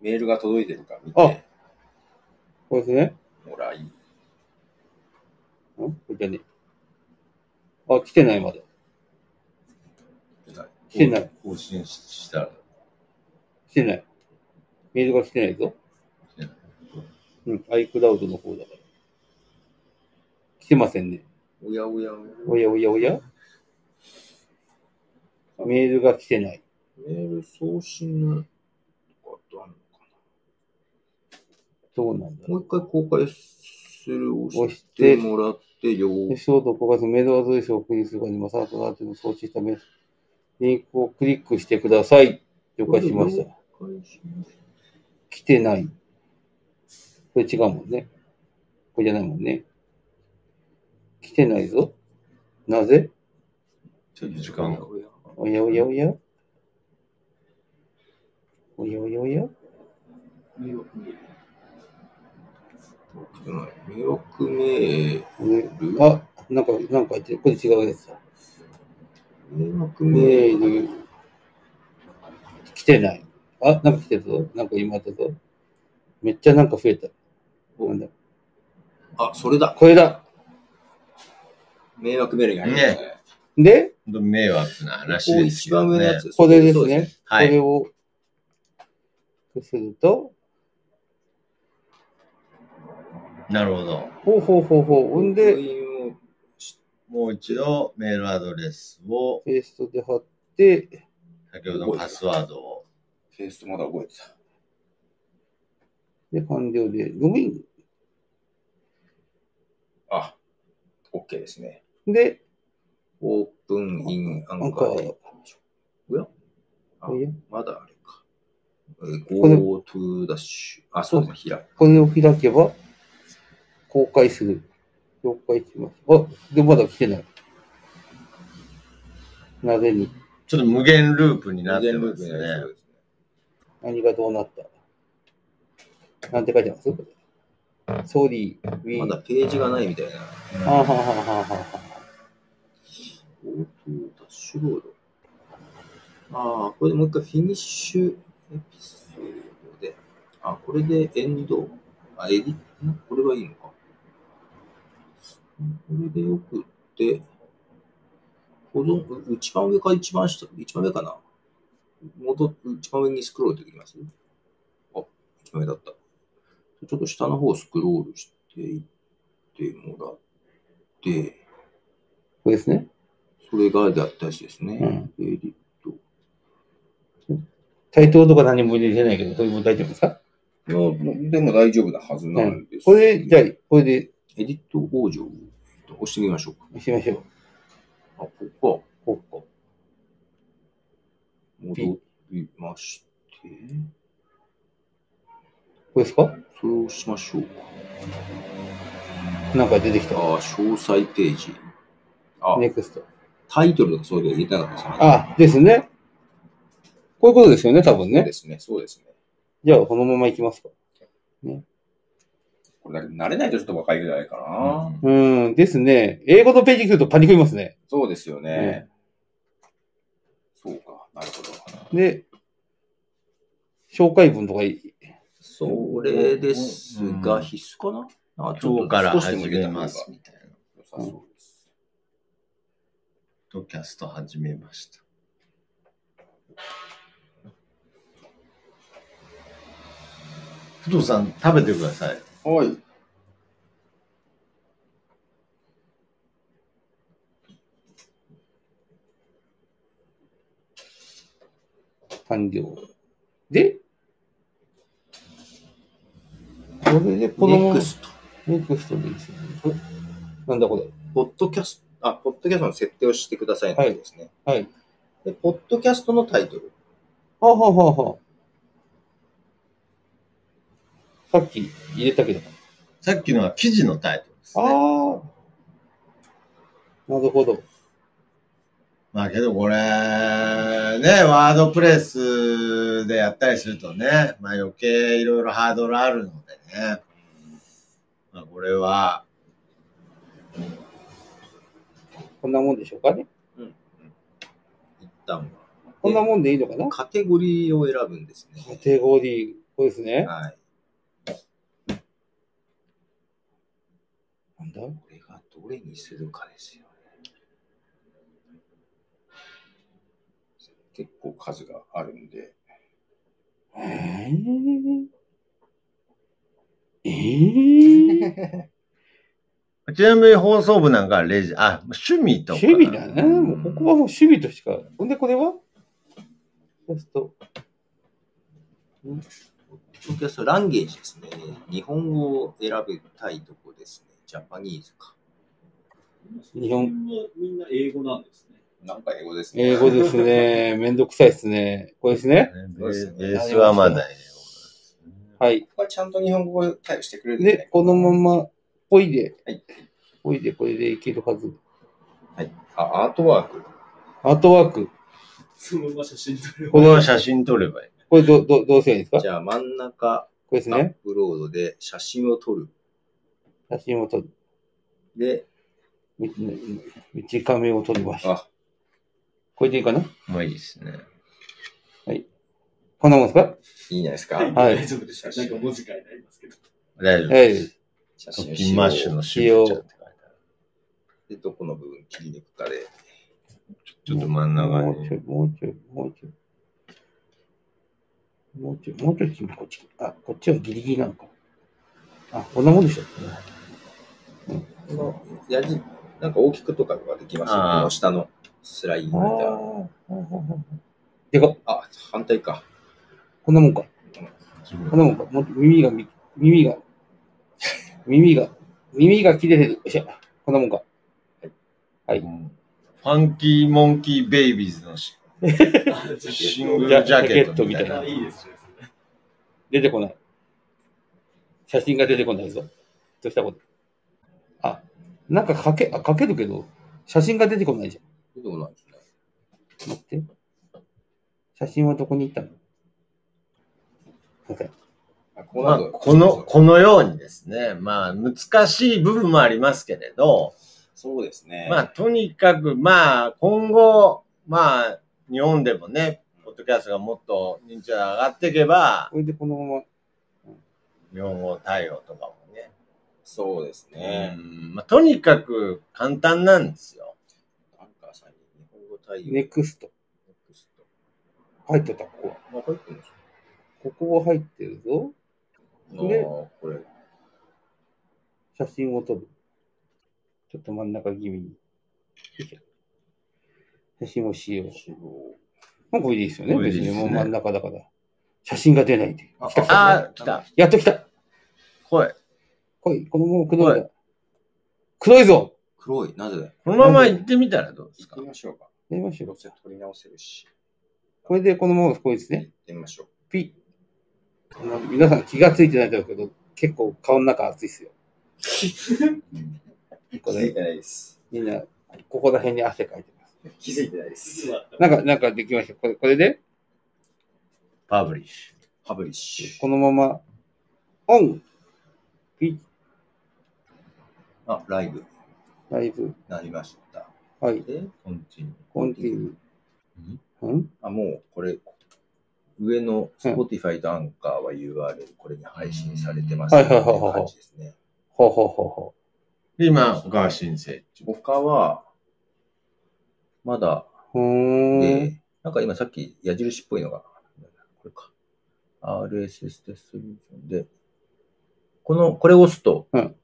Speaker 2: メールが届いてるか見
Speaker 5: あ
Speaker 2: て
Speaker 5: これですね。
Speaker 2: もらい、
Speaker 5: んこれじゃねえあ、来てないまだ。来てない。
Speaker 1: 更新したら。
Speaker 5: 来てない。メールが来てないぞ
Speaker 1: 来てない。
Speaker 5: うん、iCloud の方だから。来てませんね。
Speaker 2: おやおやおや、
Speaker 5: おやおやおやメールが来てない。
Speaker 2: メール送信のことあるのか
Speaker 5: どうなんだ
Speaker 2: なも
Speaker 5: ろ
Speaker 2: う一回公開するを
Speaker 5: 押
Speaker 2: 押
Speaker 5: し
Speaker 2: しててもらってよ
Speaker 5: う。エピソード5月メールアドレスを送りするかに、マサートラーテの送信したメールリンクをクリックしてください。了解しました。来てない。これ違うもんね。これじゃないもんね。来てないぞ。なぜ
Speaker 1: ちょっと時間が。
Speaker 2: おや
Speaker 5: おやおやおやおやおやおや
Speaker 3: 迷惑メール
Speaker 2: 来てない迷惑メー
Speaker 5: ね
Speaker 2: ル
Speaker 5: あ、なんか、なんか、これ違うやつだ。
Speaker 2: 迷惑
Speaker 5: メ
Speaker 2: メール
Speaker 5: ール。来てない。あ、なんか来てるぞ。なんか今だぞ。めっちゃなんか増えた。
Speaker 2: お
Speaker 5: なんだ
Speaker 2: あ、それだ
Speaker 5: これだ。
Speaker 2: 迷惑メールに入りましたね。
Speaker 5: で、
Speaker 1: 本当迷惑な話
Speaker 2: こう
Speaker 1: です
Speaker 2: 一
Speaker 1: よ
Speaker 2: 番上の
Speaker 1: ね
Speaker 2: や。つ。
Speaker 5: これです
Speaker 2: そう
Speaker 5: ね。。
Speaker 1: は
Speaker 5: こ
Speaker 1: い。
Speaker 5: れを、こうすると、
Speaker 1: なるほど。
Speaker 5: ほうほうほうほう。ほん
Speaker 2: ロ
Speaker 5: で
Speaker 2: グ、インを
Speaker 1: もう一度メールアドレスを、
Speaker 5: ペーストで貼って、
Speaker 1: 先ほどのパスワードを。
Speaker 2: ペーストまだ覚えてた。
Speaker 5: で、完了で、ログイ
Speaker 2: あ、OK ですね。
Speaker 5: ン。で、
Speaker 2: オープンインア
Speaker 5: なん
Speaker 2: ン
Speaker 5: か
Speaker 2: カ、ー。おやあ
Speaker 5: おや
Speaker 2: まだあれか。
Speaker 5: これ
Speaker 2: Go to ダッシュ。あ、そうだ、開く。
Speaker 5: これを開けば、公開する。了解します。あ、で、まだ来てない。なぜに
Speaker 1: ちょっと無限ループになって
Speaker 2: 無
Speaker 1: ま
Speaker 2: 限ループ
Speaker 1: す
Speaker 2: になり
Speaker 1: ね
Speaker 2: そう。ですね
Speaker 5: 何がどうなったなんて書いてますこれソーリー、ウィ
Speaker 2: ま
Speaker 5: ン。
Speaker 2: だページがないみたいな。
Speaker 5: あははははは。
Speaker 2: オートダッシュボード。ああ、これでもう一回フィニッシュエピソードで。あ、これでエンド。あ、エディんこれはいいのか。これでよくって、保存、う一番上か一番下、一番上かな。戻っ一番上にスクロールできますあ、一番上だった。ちょっと下の方をスクロールしていってもらって、
Speaker 5: これですね。
Speaker 2: それがだったやつですね。
Speaker 5: うん
Speaker 2: エディ
Speaker 5: タイトルとか何も入れてないけど、これも大丈夫ですか
Speaker 2: いや、でも大丈夫なはずなんです。
Speaker 5: これ、じゃあ、これで
Speaker 2: エディット往生を押してみましょうか。
Speaker 5: しましょう。
Speaker 2: あ、ここか。
Speaker 5: ここ。
Speaker 2: 戻りまして、
Speaker 5: これですか
Speaker 2: それを押しましょうか。
Speaker 5: なんか出てきた。
Speaker 2: あ、詳細ページ。あ、
Speaker 5: ネクスト。
Speaker 2: タイトルとかそういうの入れてなかったですね。
Speaker 5: あ、ですね。こういうことですよね、多分
Speaker 2: そう
Speaker 5: ね
Speaker 2: で。すね。そうですね。
Speaker 5: じゃあ、このまま行きますか。
Speaker 2: これだけ慣れないとちょっとわかるんじゃないかな。
Speaker 5: うーん、ですね。英語のページ来るとパニクりますね。
Speaker 2: そうですよ
Speaker 5: ね。
Speaker 2: そうか。なるほど。
Speaker 5: で、紹介文とかい、
Speaker 2: それですが、必須かなあ、ちょ
Speaker 1: 今日
Speaker 2: っと
Speaker 1: から
Speaker 2: 少しでも
Speaker 1: 始
Speaker 2: 入れ
Speaker 1: め
Speaker 2: た方が
Speaker 1: ま
Speaker 2: 良
Speaker 1: す
Speaker 2: さ
Speaker 1: みたいな。
Speaker 2: そうです。
Speaker 1: ポッドキャスト始めました。不動さん、食べてください。
Speaker 2: はい。
Speaker 5: 完了。で、これでこのま
Speaker 2: ネ
Speaker 5: ま
Speaker 2: ク、スト。
Speaker 5: ネクストでいいですよね。おなんだこ
Speaker 2: ポッドキャスト、あ、ポッドキャストの設定をしてくださいの
Speaker 5: はい
Speaker 2: ことですね。
Speaker 5: れ。はい。
Speaker 2: で、ポッドキャストのタイトル。
Speaker 5: はあ、はあはあはあ、さっき入れたけど。
Speaker 1: さっきのは記事のタイトルです
Speaker 5: ああ
Speaker 1: ね。。
Speaker 5: なるほど。
Speaker 1: まあけどこれ、ね、ワードプレスでやったりするとね、まあ余計いろいろハードルあるのでね。まあこれは、
Speaker 5: こんなもんでしょうかね。
Speaker 2: 一旦
Speaker 5: こんなもんでいいのかな
Speaker 2: は。カテゴリーを選ぶんです
Speaker 5: カ
Speaker 2: ね。
Speaker 5: テゴリー、これですね。
Speaker 2: はい。
Speaker 5: なんだ
Speaker 2: これがどれにするかですよね。結構数があるんで。
Speaker 5: えー、えー、
Speaker 1: ちなみに放送部なんかはレジ、あ、趣味とか。
Speaker 5: 趣味だね。もうここはもう趣味としか。ほんで、これはそうすると、
Speaker 2: ポッドキャストランゲージですね。日本語を選べたいとこですね。ジャパニーズか。
Speaker 5: 日本
Speaker 3: はみんな英語なんですね。
Speaker 2: なんか英語です
Speaker 5: 英語です ね。めんどくさいですね。これですね。
Speaker 1: ベースベースはまだよ。
Speaker 5: はい。
Speaker 2: これちゃんと日本語を対応してくれるん
Speaker 5: で、このまま、ぽいで
Speaker 2: はい、
Speaker 5: ぽいで、これでいけるはず。
Speaker 2: あ、アートワーク。
Speaker 5: アートワーク。
Speaker 3: そのまま写真撮れば
Speaker 1: これは写真撮ればいい。
Speaker 5: これど、ど、どうすればいいですか
Speaker 2: じゃあ真ん中、
Speaker 5: これです
Speaker 2: アッ
Speaker 5: ね。
Speaker 2: プロードで写真を撮る。
Speaker 5: 写真を撮る。
Speaker 2: で、
Speaker 5: み短めを撮りました。
Speaker 2: あ、
Speaker 5: これでいいかな
Speaker 1: まあいいですね。
Speaker 5: こんなもんですか
Speaker 2: いいんじゃないですか。
Speaker 3: はい、
Speaker 5: はい
Speaker 3: 大丈夫です。なんか文字書いてありますけど。
Speaker 1: 大丈夫。
Speaker 5: ええ。
Speaker 2: 写
Speaker 1: ト
Speaker 2: 真
Speaker 1: ッ
Speaker 2: を
Speaker 1: ピ
Speaker 2: し
Speaker 1: ン
Speaker 2: よ
Speaker 1: マッシュの
Speaker 2: う。
Speaker 1: シューちゃんって書いてある
Speaker 2: で、どこの部分切り抜くかで。
Speaker 1: ちょっと真ん中
Speaker 5: もうち
Speaker 1: に。
Speaker 5: ょい、もうちょい、もうちょい。もうちょい、もうちょい君、こっち。あ、こっちはギリギリなのか。あ、こんなもんでしょ。
Speaker 2: やじ、なんか大きくとかができますよ。こ
Speaker 1: あー
Speaker 2: の下のスライドみたいな。
Speaker 5: あー。でか、
Speaker 2: あ、反対か。
Speaker 5: こんなもんか。こんなもんか。もう耳がみ、耳が、耳が、耳が切れてる。よいしょ。こんなもんか。
Speaker 1: ファンキーモンキーベイビーズのシ
Speaker 3: あじゃあ
Speaker 1: シングルジャケットみたい
Speaker 3: あ
Speaker 1: な。
Speaker 3: いいですね。
Speaker 5: 出てこない。写真が出てこないぞ。どうしたことあ、なんか書け、あ、書けるけど、写真が出てこないじゃん。
Speaker 2: でどうなんですか
Speaker 5: 待って。写真はどこに行ったのなんか
Speaker 2: こ
Speaker 1: まあ、この、このようにですね、まあ、難しい部分もありますけれど、
Speaker 2: そうですね。
Speaker 1: まあ、とにかく、まあ、今後、まあ、日本でもね、ポッドキャストがもっと認知度が上がっていけば、
Speaker 5: これでこのまま、
Speaker 1: 日本語対応とかもね。
Speaker 2: そうですね。
Speaker 1: うんまあ、とにかく簡単なんですよ。
Speaker 2: アンカーさんに日本語対応。
Speaker 5: ネクスト。
Speaker 2: ネクスト
Speaker 5: 入ってた、ここは。
Speaker 2: まあ、入ってるんです
Speaker 5: ここは入ってるぞ。
Speaker 2: よ
Speaker 5: ね
Speaker 2: ああこれ。
Speaker 5: 写真を撮る。ちょっと真ん中気味に。よいしょ写真をしよう。もうこれでいいですよね。
Speaker 1: これでい
Speaker 5: 別
Speaker 1: いで
Speaker 5: に
Speaker 1: すね
Speaker 5: もう真ん中だから。写真が出ないで。
Speaker 2: あ
Speaker 1: あー、来た。
Speaker 5: やっと来た。
Speaker 1: 声。
Speaker 5: 来い、このまま黒いんだ。黒いぞ
Speaker 2: 黒い、なぜだよ。
Speaker 1: このまま行ってみたらどうです
Speaker 2: 行っ
Speaker 1: か
Speaker 2: てみましょうか。
Speaker 5: やりましょ
Speaker 2: ど
Speaker 5: う
Speaker 2: う。せ取り直せるし。
Speaker 5: これでこのままこいです
Speaker 2: 行っ
Speaker 5: ね。
Speaker 2: てみましょう。
Speaker 5: ピッ。あの皆さん気がついてないだろうけど、結構顔の中熱いっ すよ。これ
Speaker 2: てないです。
Speaker 5: みんな、ここら辺に汗かいてます。
Speaker 2: 気づいてないで
Speaker 3: 実。は
Speaker 5: なんか、なんかできました。これ、これで、
Speaker 1: パブリッシ
Speaker 2: パブリッシ
Speaker 5: このまま、オンピ
Speaker 2: ュ。あ、ライブ。
Speaker 5: ッ、ライブ、
Speaker 2: なりました。
Speaker 5: はい、
Speaker 2: で、
Speaker 1: ュ。コンティニュ
Speaker 5: コンティニュー。ん
Speaker 2: あ、もうこれ、上の Spotify とアンカーは URL、これに配信されてます
Speaker 5: は
Speaker 2: っ
Speaker 5: い
Speaker 2: て
Speaker 5: はいはいはい
Speaker 2: いう感じですね。
Speaker 5: ほうほうほうほ
Speaker 1: ーで今、小川新生。
Speaker 2: 他は、まだ、
Speaker 5: う。うーん。
Speaker 2: で、なんか今さっき矢印っぽいのが、これか。RSS デストリビューションで、この、これを押すと、
Speaker 5: うん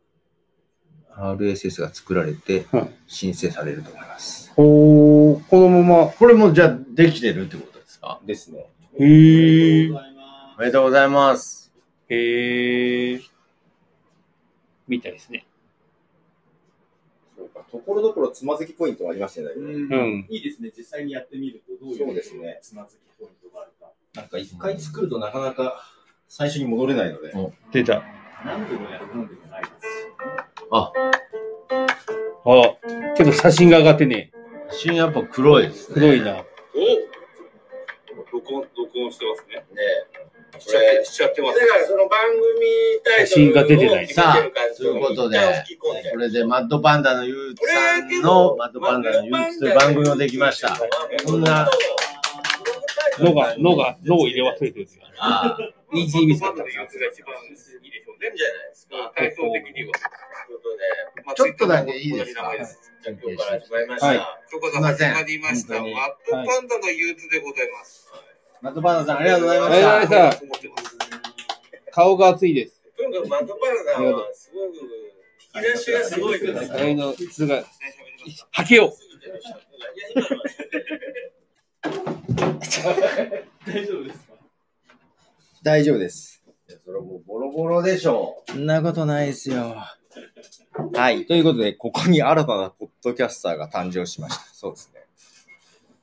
Speaker 2: RSS が作られて
Speaker 5: うん、
Speaker 2: 申請されると思います。
Speaker 5: ほう、このまま、
Speaker 1: これもじゃあできてるってことですか
Speaker 2: ですね。
Speaker 5: へー
Speaker 3: ありがとうございます
Speaker 1: おめでとうございます。
Speaker 5: へえー、みたいですね。
Speaker 2: そうか、ところどころつまずきポイントがありましたね。だけど
Speaker 5: ん
Speaker 3: いいですね、実際にやってみると、どう
Speaker 2: そう
Speaker 3: いう
Speaker 2: ですね
Speaker 3: つまずきポイントがあるか。
Speaker 2: なんか一回作るとなかなか最初に戻れないので、
Speaker 5: 出た。
Speaker 3: 何でもやるもんでもないです
Speaker 5: あ、けど写真が上がってね、
Speaker 1: 写真やっぱ黒いですね。
Speaker 5: 黒い
Speaker 6: お
Speaker 5: な。
Speaker 6: 録音、録音してますね。しちゃ
Speaker 7: れ
Speaker 6: しちゃってま
Speaker 7: だ
Speaker 6: す。
Speaker 7: からその番組タイトルを決めてる感じ
Speaker 1: さあということで
Speaker 7: 一旦吹き込ん
Speaker 1: これでマッドパンダの憂鬱さんの、マッドパンダの憂鬱という番組をできました。こんな
Speaker 5: のが、のが、のを入れ忘れてるんですよ。
Speaker 1: ああ
Speaker 5: イージーミスだった
Speaker 6: のやつが一番いいでしょうね。
Speaker 7: じゃないですか。
Speaker 6: 体操的には。
Speaker 7: ということで
Speaker 6: まあ
Speaker 1: ちょっとだけいいですか
Speaker 6: 同じ名前
Speaker 7: じゃあ今日から始まりました。
Speaker 1: はい
Speaker 6: ということで始まりました。
Speaker 1: すい
Speaker 6: マ
Speaker 1: ません
Speaker 6: ップパンダの憂鬱でございます。
Speaker 1: マッドパンダさんありがとうございま
Speaker 5: ありがとうございまし
Speaker 1: し
Speaker 5: た
Speaker 1: た。
Speaker 6: 思ってます
Speaker 5: 顔が熱いです。
Speaker 7: とにかくマットパラさんはすごく引き出しがすごいです
Speaker 5: あれの質が、
Speaker 6: ね喋りました
Speaker 5: はけよ
Speaker 3: 大丈夫ですか
Speaker 2: 大丈夫です。
Speaker 1: それもうボロボロでしょ
Speaker 2: そんなことないですよ。はい。ということで、ここに新たなポッドキャスターが誕生しました。そうです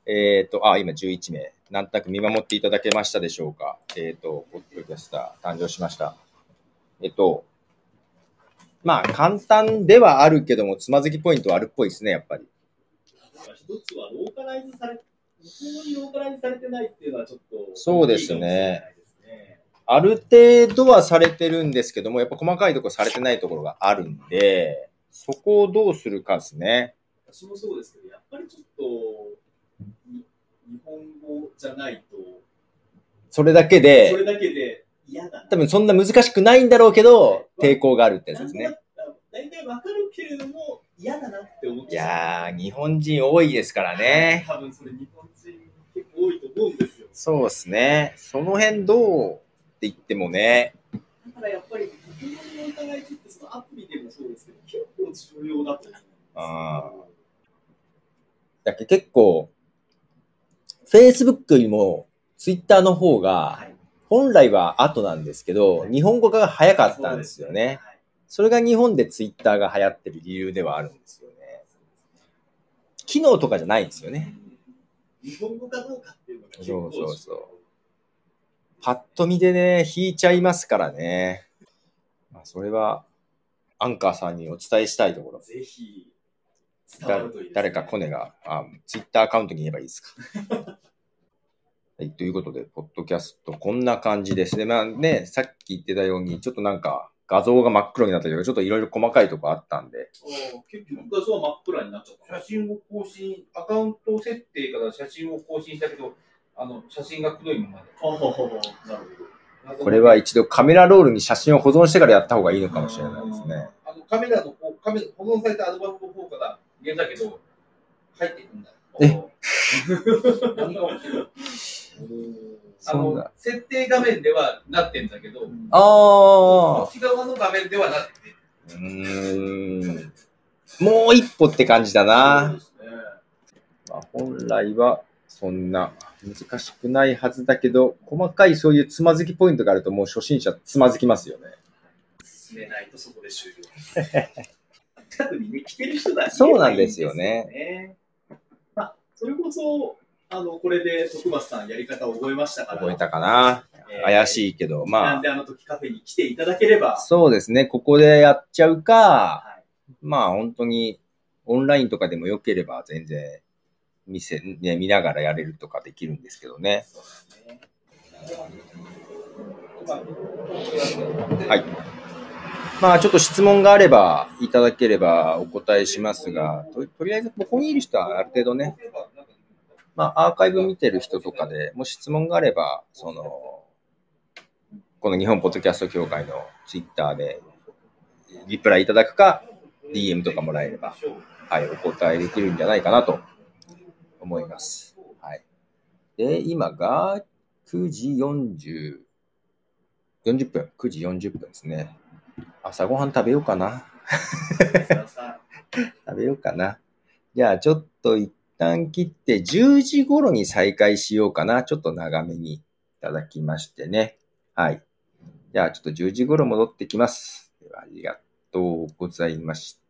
Speaker 2: ね。えっ、と、あ、今11名。なんとなく見守っていただけましたでしょうか。えっ、と、ポッドキャスター誕生しました。えっと、まあ、簡単ではあるけども、つまずきポイントはあるっぽいですね、やっぱり。
Speaker 3: 一つはローカライズされ、非常にローカライズされてないっていうのはちょっと、
Speaker 2: そうですね
Speaker 3: いいかもしれないですね。
Speaker 2: ある程度はされてるんですけども、やっぱ細かいところされてないところがあるんで、そこをどうするかですね。
Speaker 3: 私もそうですけど、やっぱりちょっと、に日本語じゃないと、
Speaker 2: それだけ
Speaker 3: そ
Speaker 2: で、
Speaker 3: れだけで嫌だな。
Speaker 2: 多分そんな難しくないんだろうけど、抵抗があるってやつです
Speaker 3: な
Speaker 2: ね
Speaker 3: ん。となく。大体わかるけれども、嫌だなって思っ
Speaker 2: い
Speaker 3: てしまう
Speaker 2: やー、日本人多いですからね。
Speaker 3: 多分それ日本人結構多いと思うんですよ。
Speaker 2: そうですね。その辺どうって言ってもね、
Speaker 3: だからやっぱり、国民の疑いってそのアプリでもそうですけど、結構重要だと思うんですよ
Speaker 2: あだけど結構、Facebook よりも Twitter の方が、
Speaker 3: い
Speaker 2: 本来は後なんですけど、日本語化が早かったんですよね。
Speaker 3: はい
Speaker 2: それが日本でツイッターが流行ってる理由ではあるんですよね。機能とかじゃないんですよね。
Speaker 3: 日本語かどうかっていうのが結構
Speaker 2: そうそうそパッと見でね、引いちゃいますからね。まあ、それは、アンカーさんにお伝えしたいところ。
Speaker 3: ぜひ、伝わ
Speaker 2: だ
Speaker 3: るといいですね
Speaker 2: 誰かコネが、あツイッターアカウントに言えばいいですか。はい、ということで、ポッドキャスト、こんな感じですね。まあね、さっき言ってたように、ちょっとなんか、画像が真っ黒になったりとか、ちょっといろいろ細かいとこあったんで、
Speaker 3: ああ結局画像は真っ暗になっちゃった。
Speaker 5: 写真を更新、アカウント設定から写真を更新したけど、あの、写真が黒いままで。
Speaker 3: ああ、なるほど。
Speaker 2: これは一度カメラロールに写真を保存してからやった方がいいのかもしれないですね。
Speaker 5: あの、カメラの方、カメラ、保存されたアルバムの方から入れたけど、入ってくんない。何が起きてる あ
Speaker 2: そん
Speaker 5: の
Speaker 2: な。、
Speaker 5: 設定画面ではなってんだけど、
Speaker 2: ああ
Speaker 5: こっち側の画面ではなってて、
Speaker 2: うーん。もう一歩って感じだな。まあ、本来はそんな難しくないはずだけど、細かいそういうつまずきポイントがあるともう初心者つまずきますよね。
Speaker 3: 進めないとそこで終了。近くに見来てる人だ
Speaker 2: そうなんですよね
Speaker 3: まあ、それこそ、あの、これで徳松さんやり方を覚えましたから。
Speaker 2: 覚えたかな
Speaker 3: えー
Speaker 2: 怪しいけど、
Speaker 3: な
Speaker 2: ま
Speaker 3: んであの時カフェに来ていただけれ
Speaker 2: あ、
Speaker 3: ば、
Speaker 2: そうですね。ここでやっちゃうか
Speaker 3: は、
Speaker 2: まあ本当にオンラインとかでも良ければ全然見せ、ね、見ながらやれるとかできるんですけどね。
Speaker 3: そうですね。
Speaker 2: はい。まあちょっと質問があればいただければお答えしますが、ととりあえずここにいる人はある程度ね、まあアーカイブ見てる人とかでもし質問があれば、その、この日本ポッドキャスト協会のツイッターでリプライいただくか、DM とかもらえれば、はい、お答えできるんじゃないかなと思います。はい。で、今が9時40、40分、9時40分ですね。朝ごはん食べようかな。食べようかな。じゃあちょっと一旦切って10時頃に再開しようかな。ちょっと長めにいただきましてね。はい。じゃあちょっと10時頃戻ってきます。ではありがとうございました。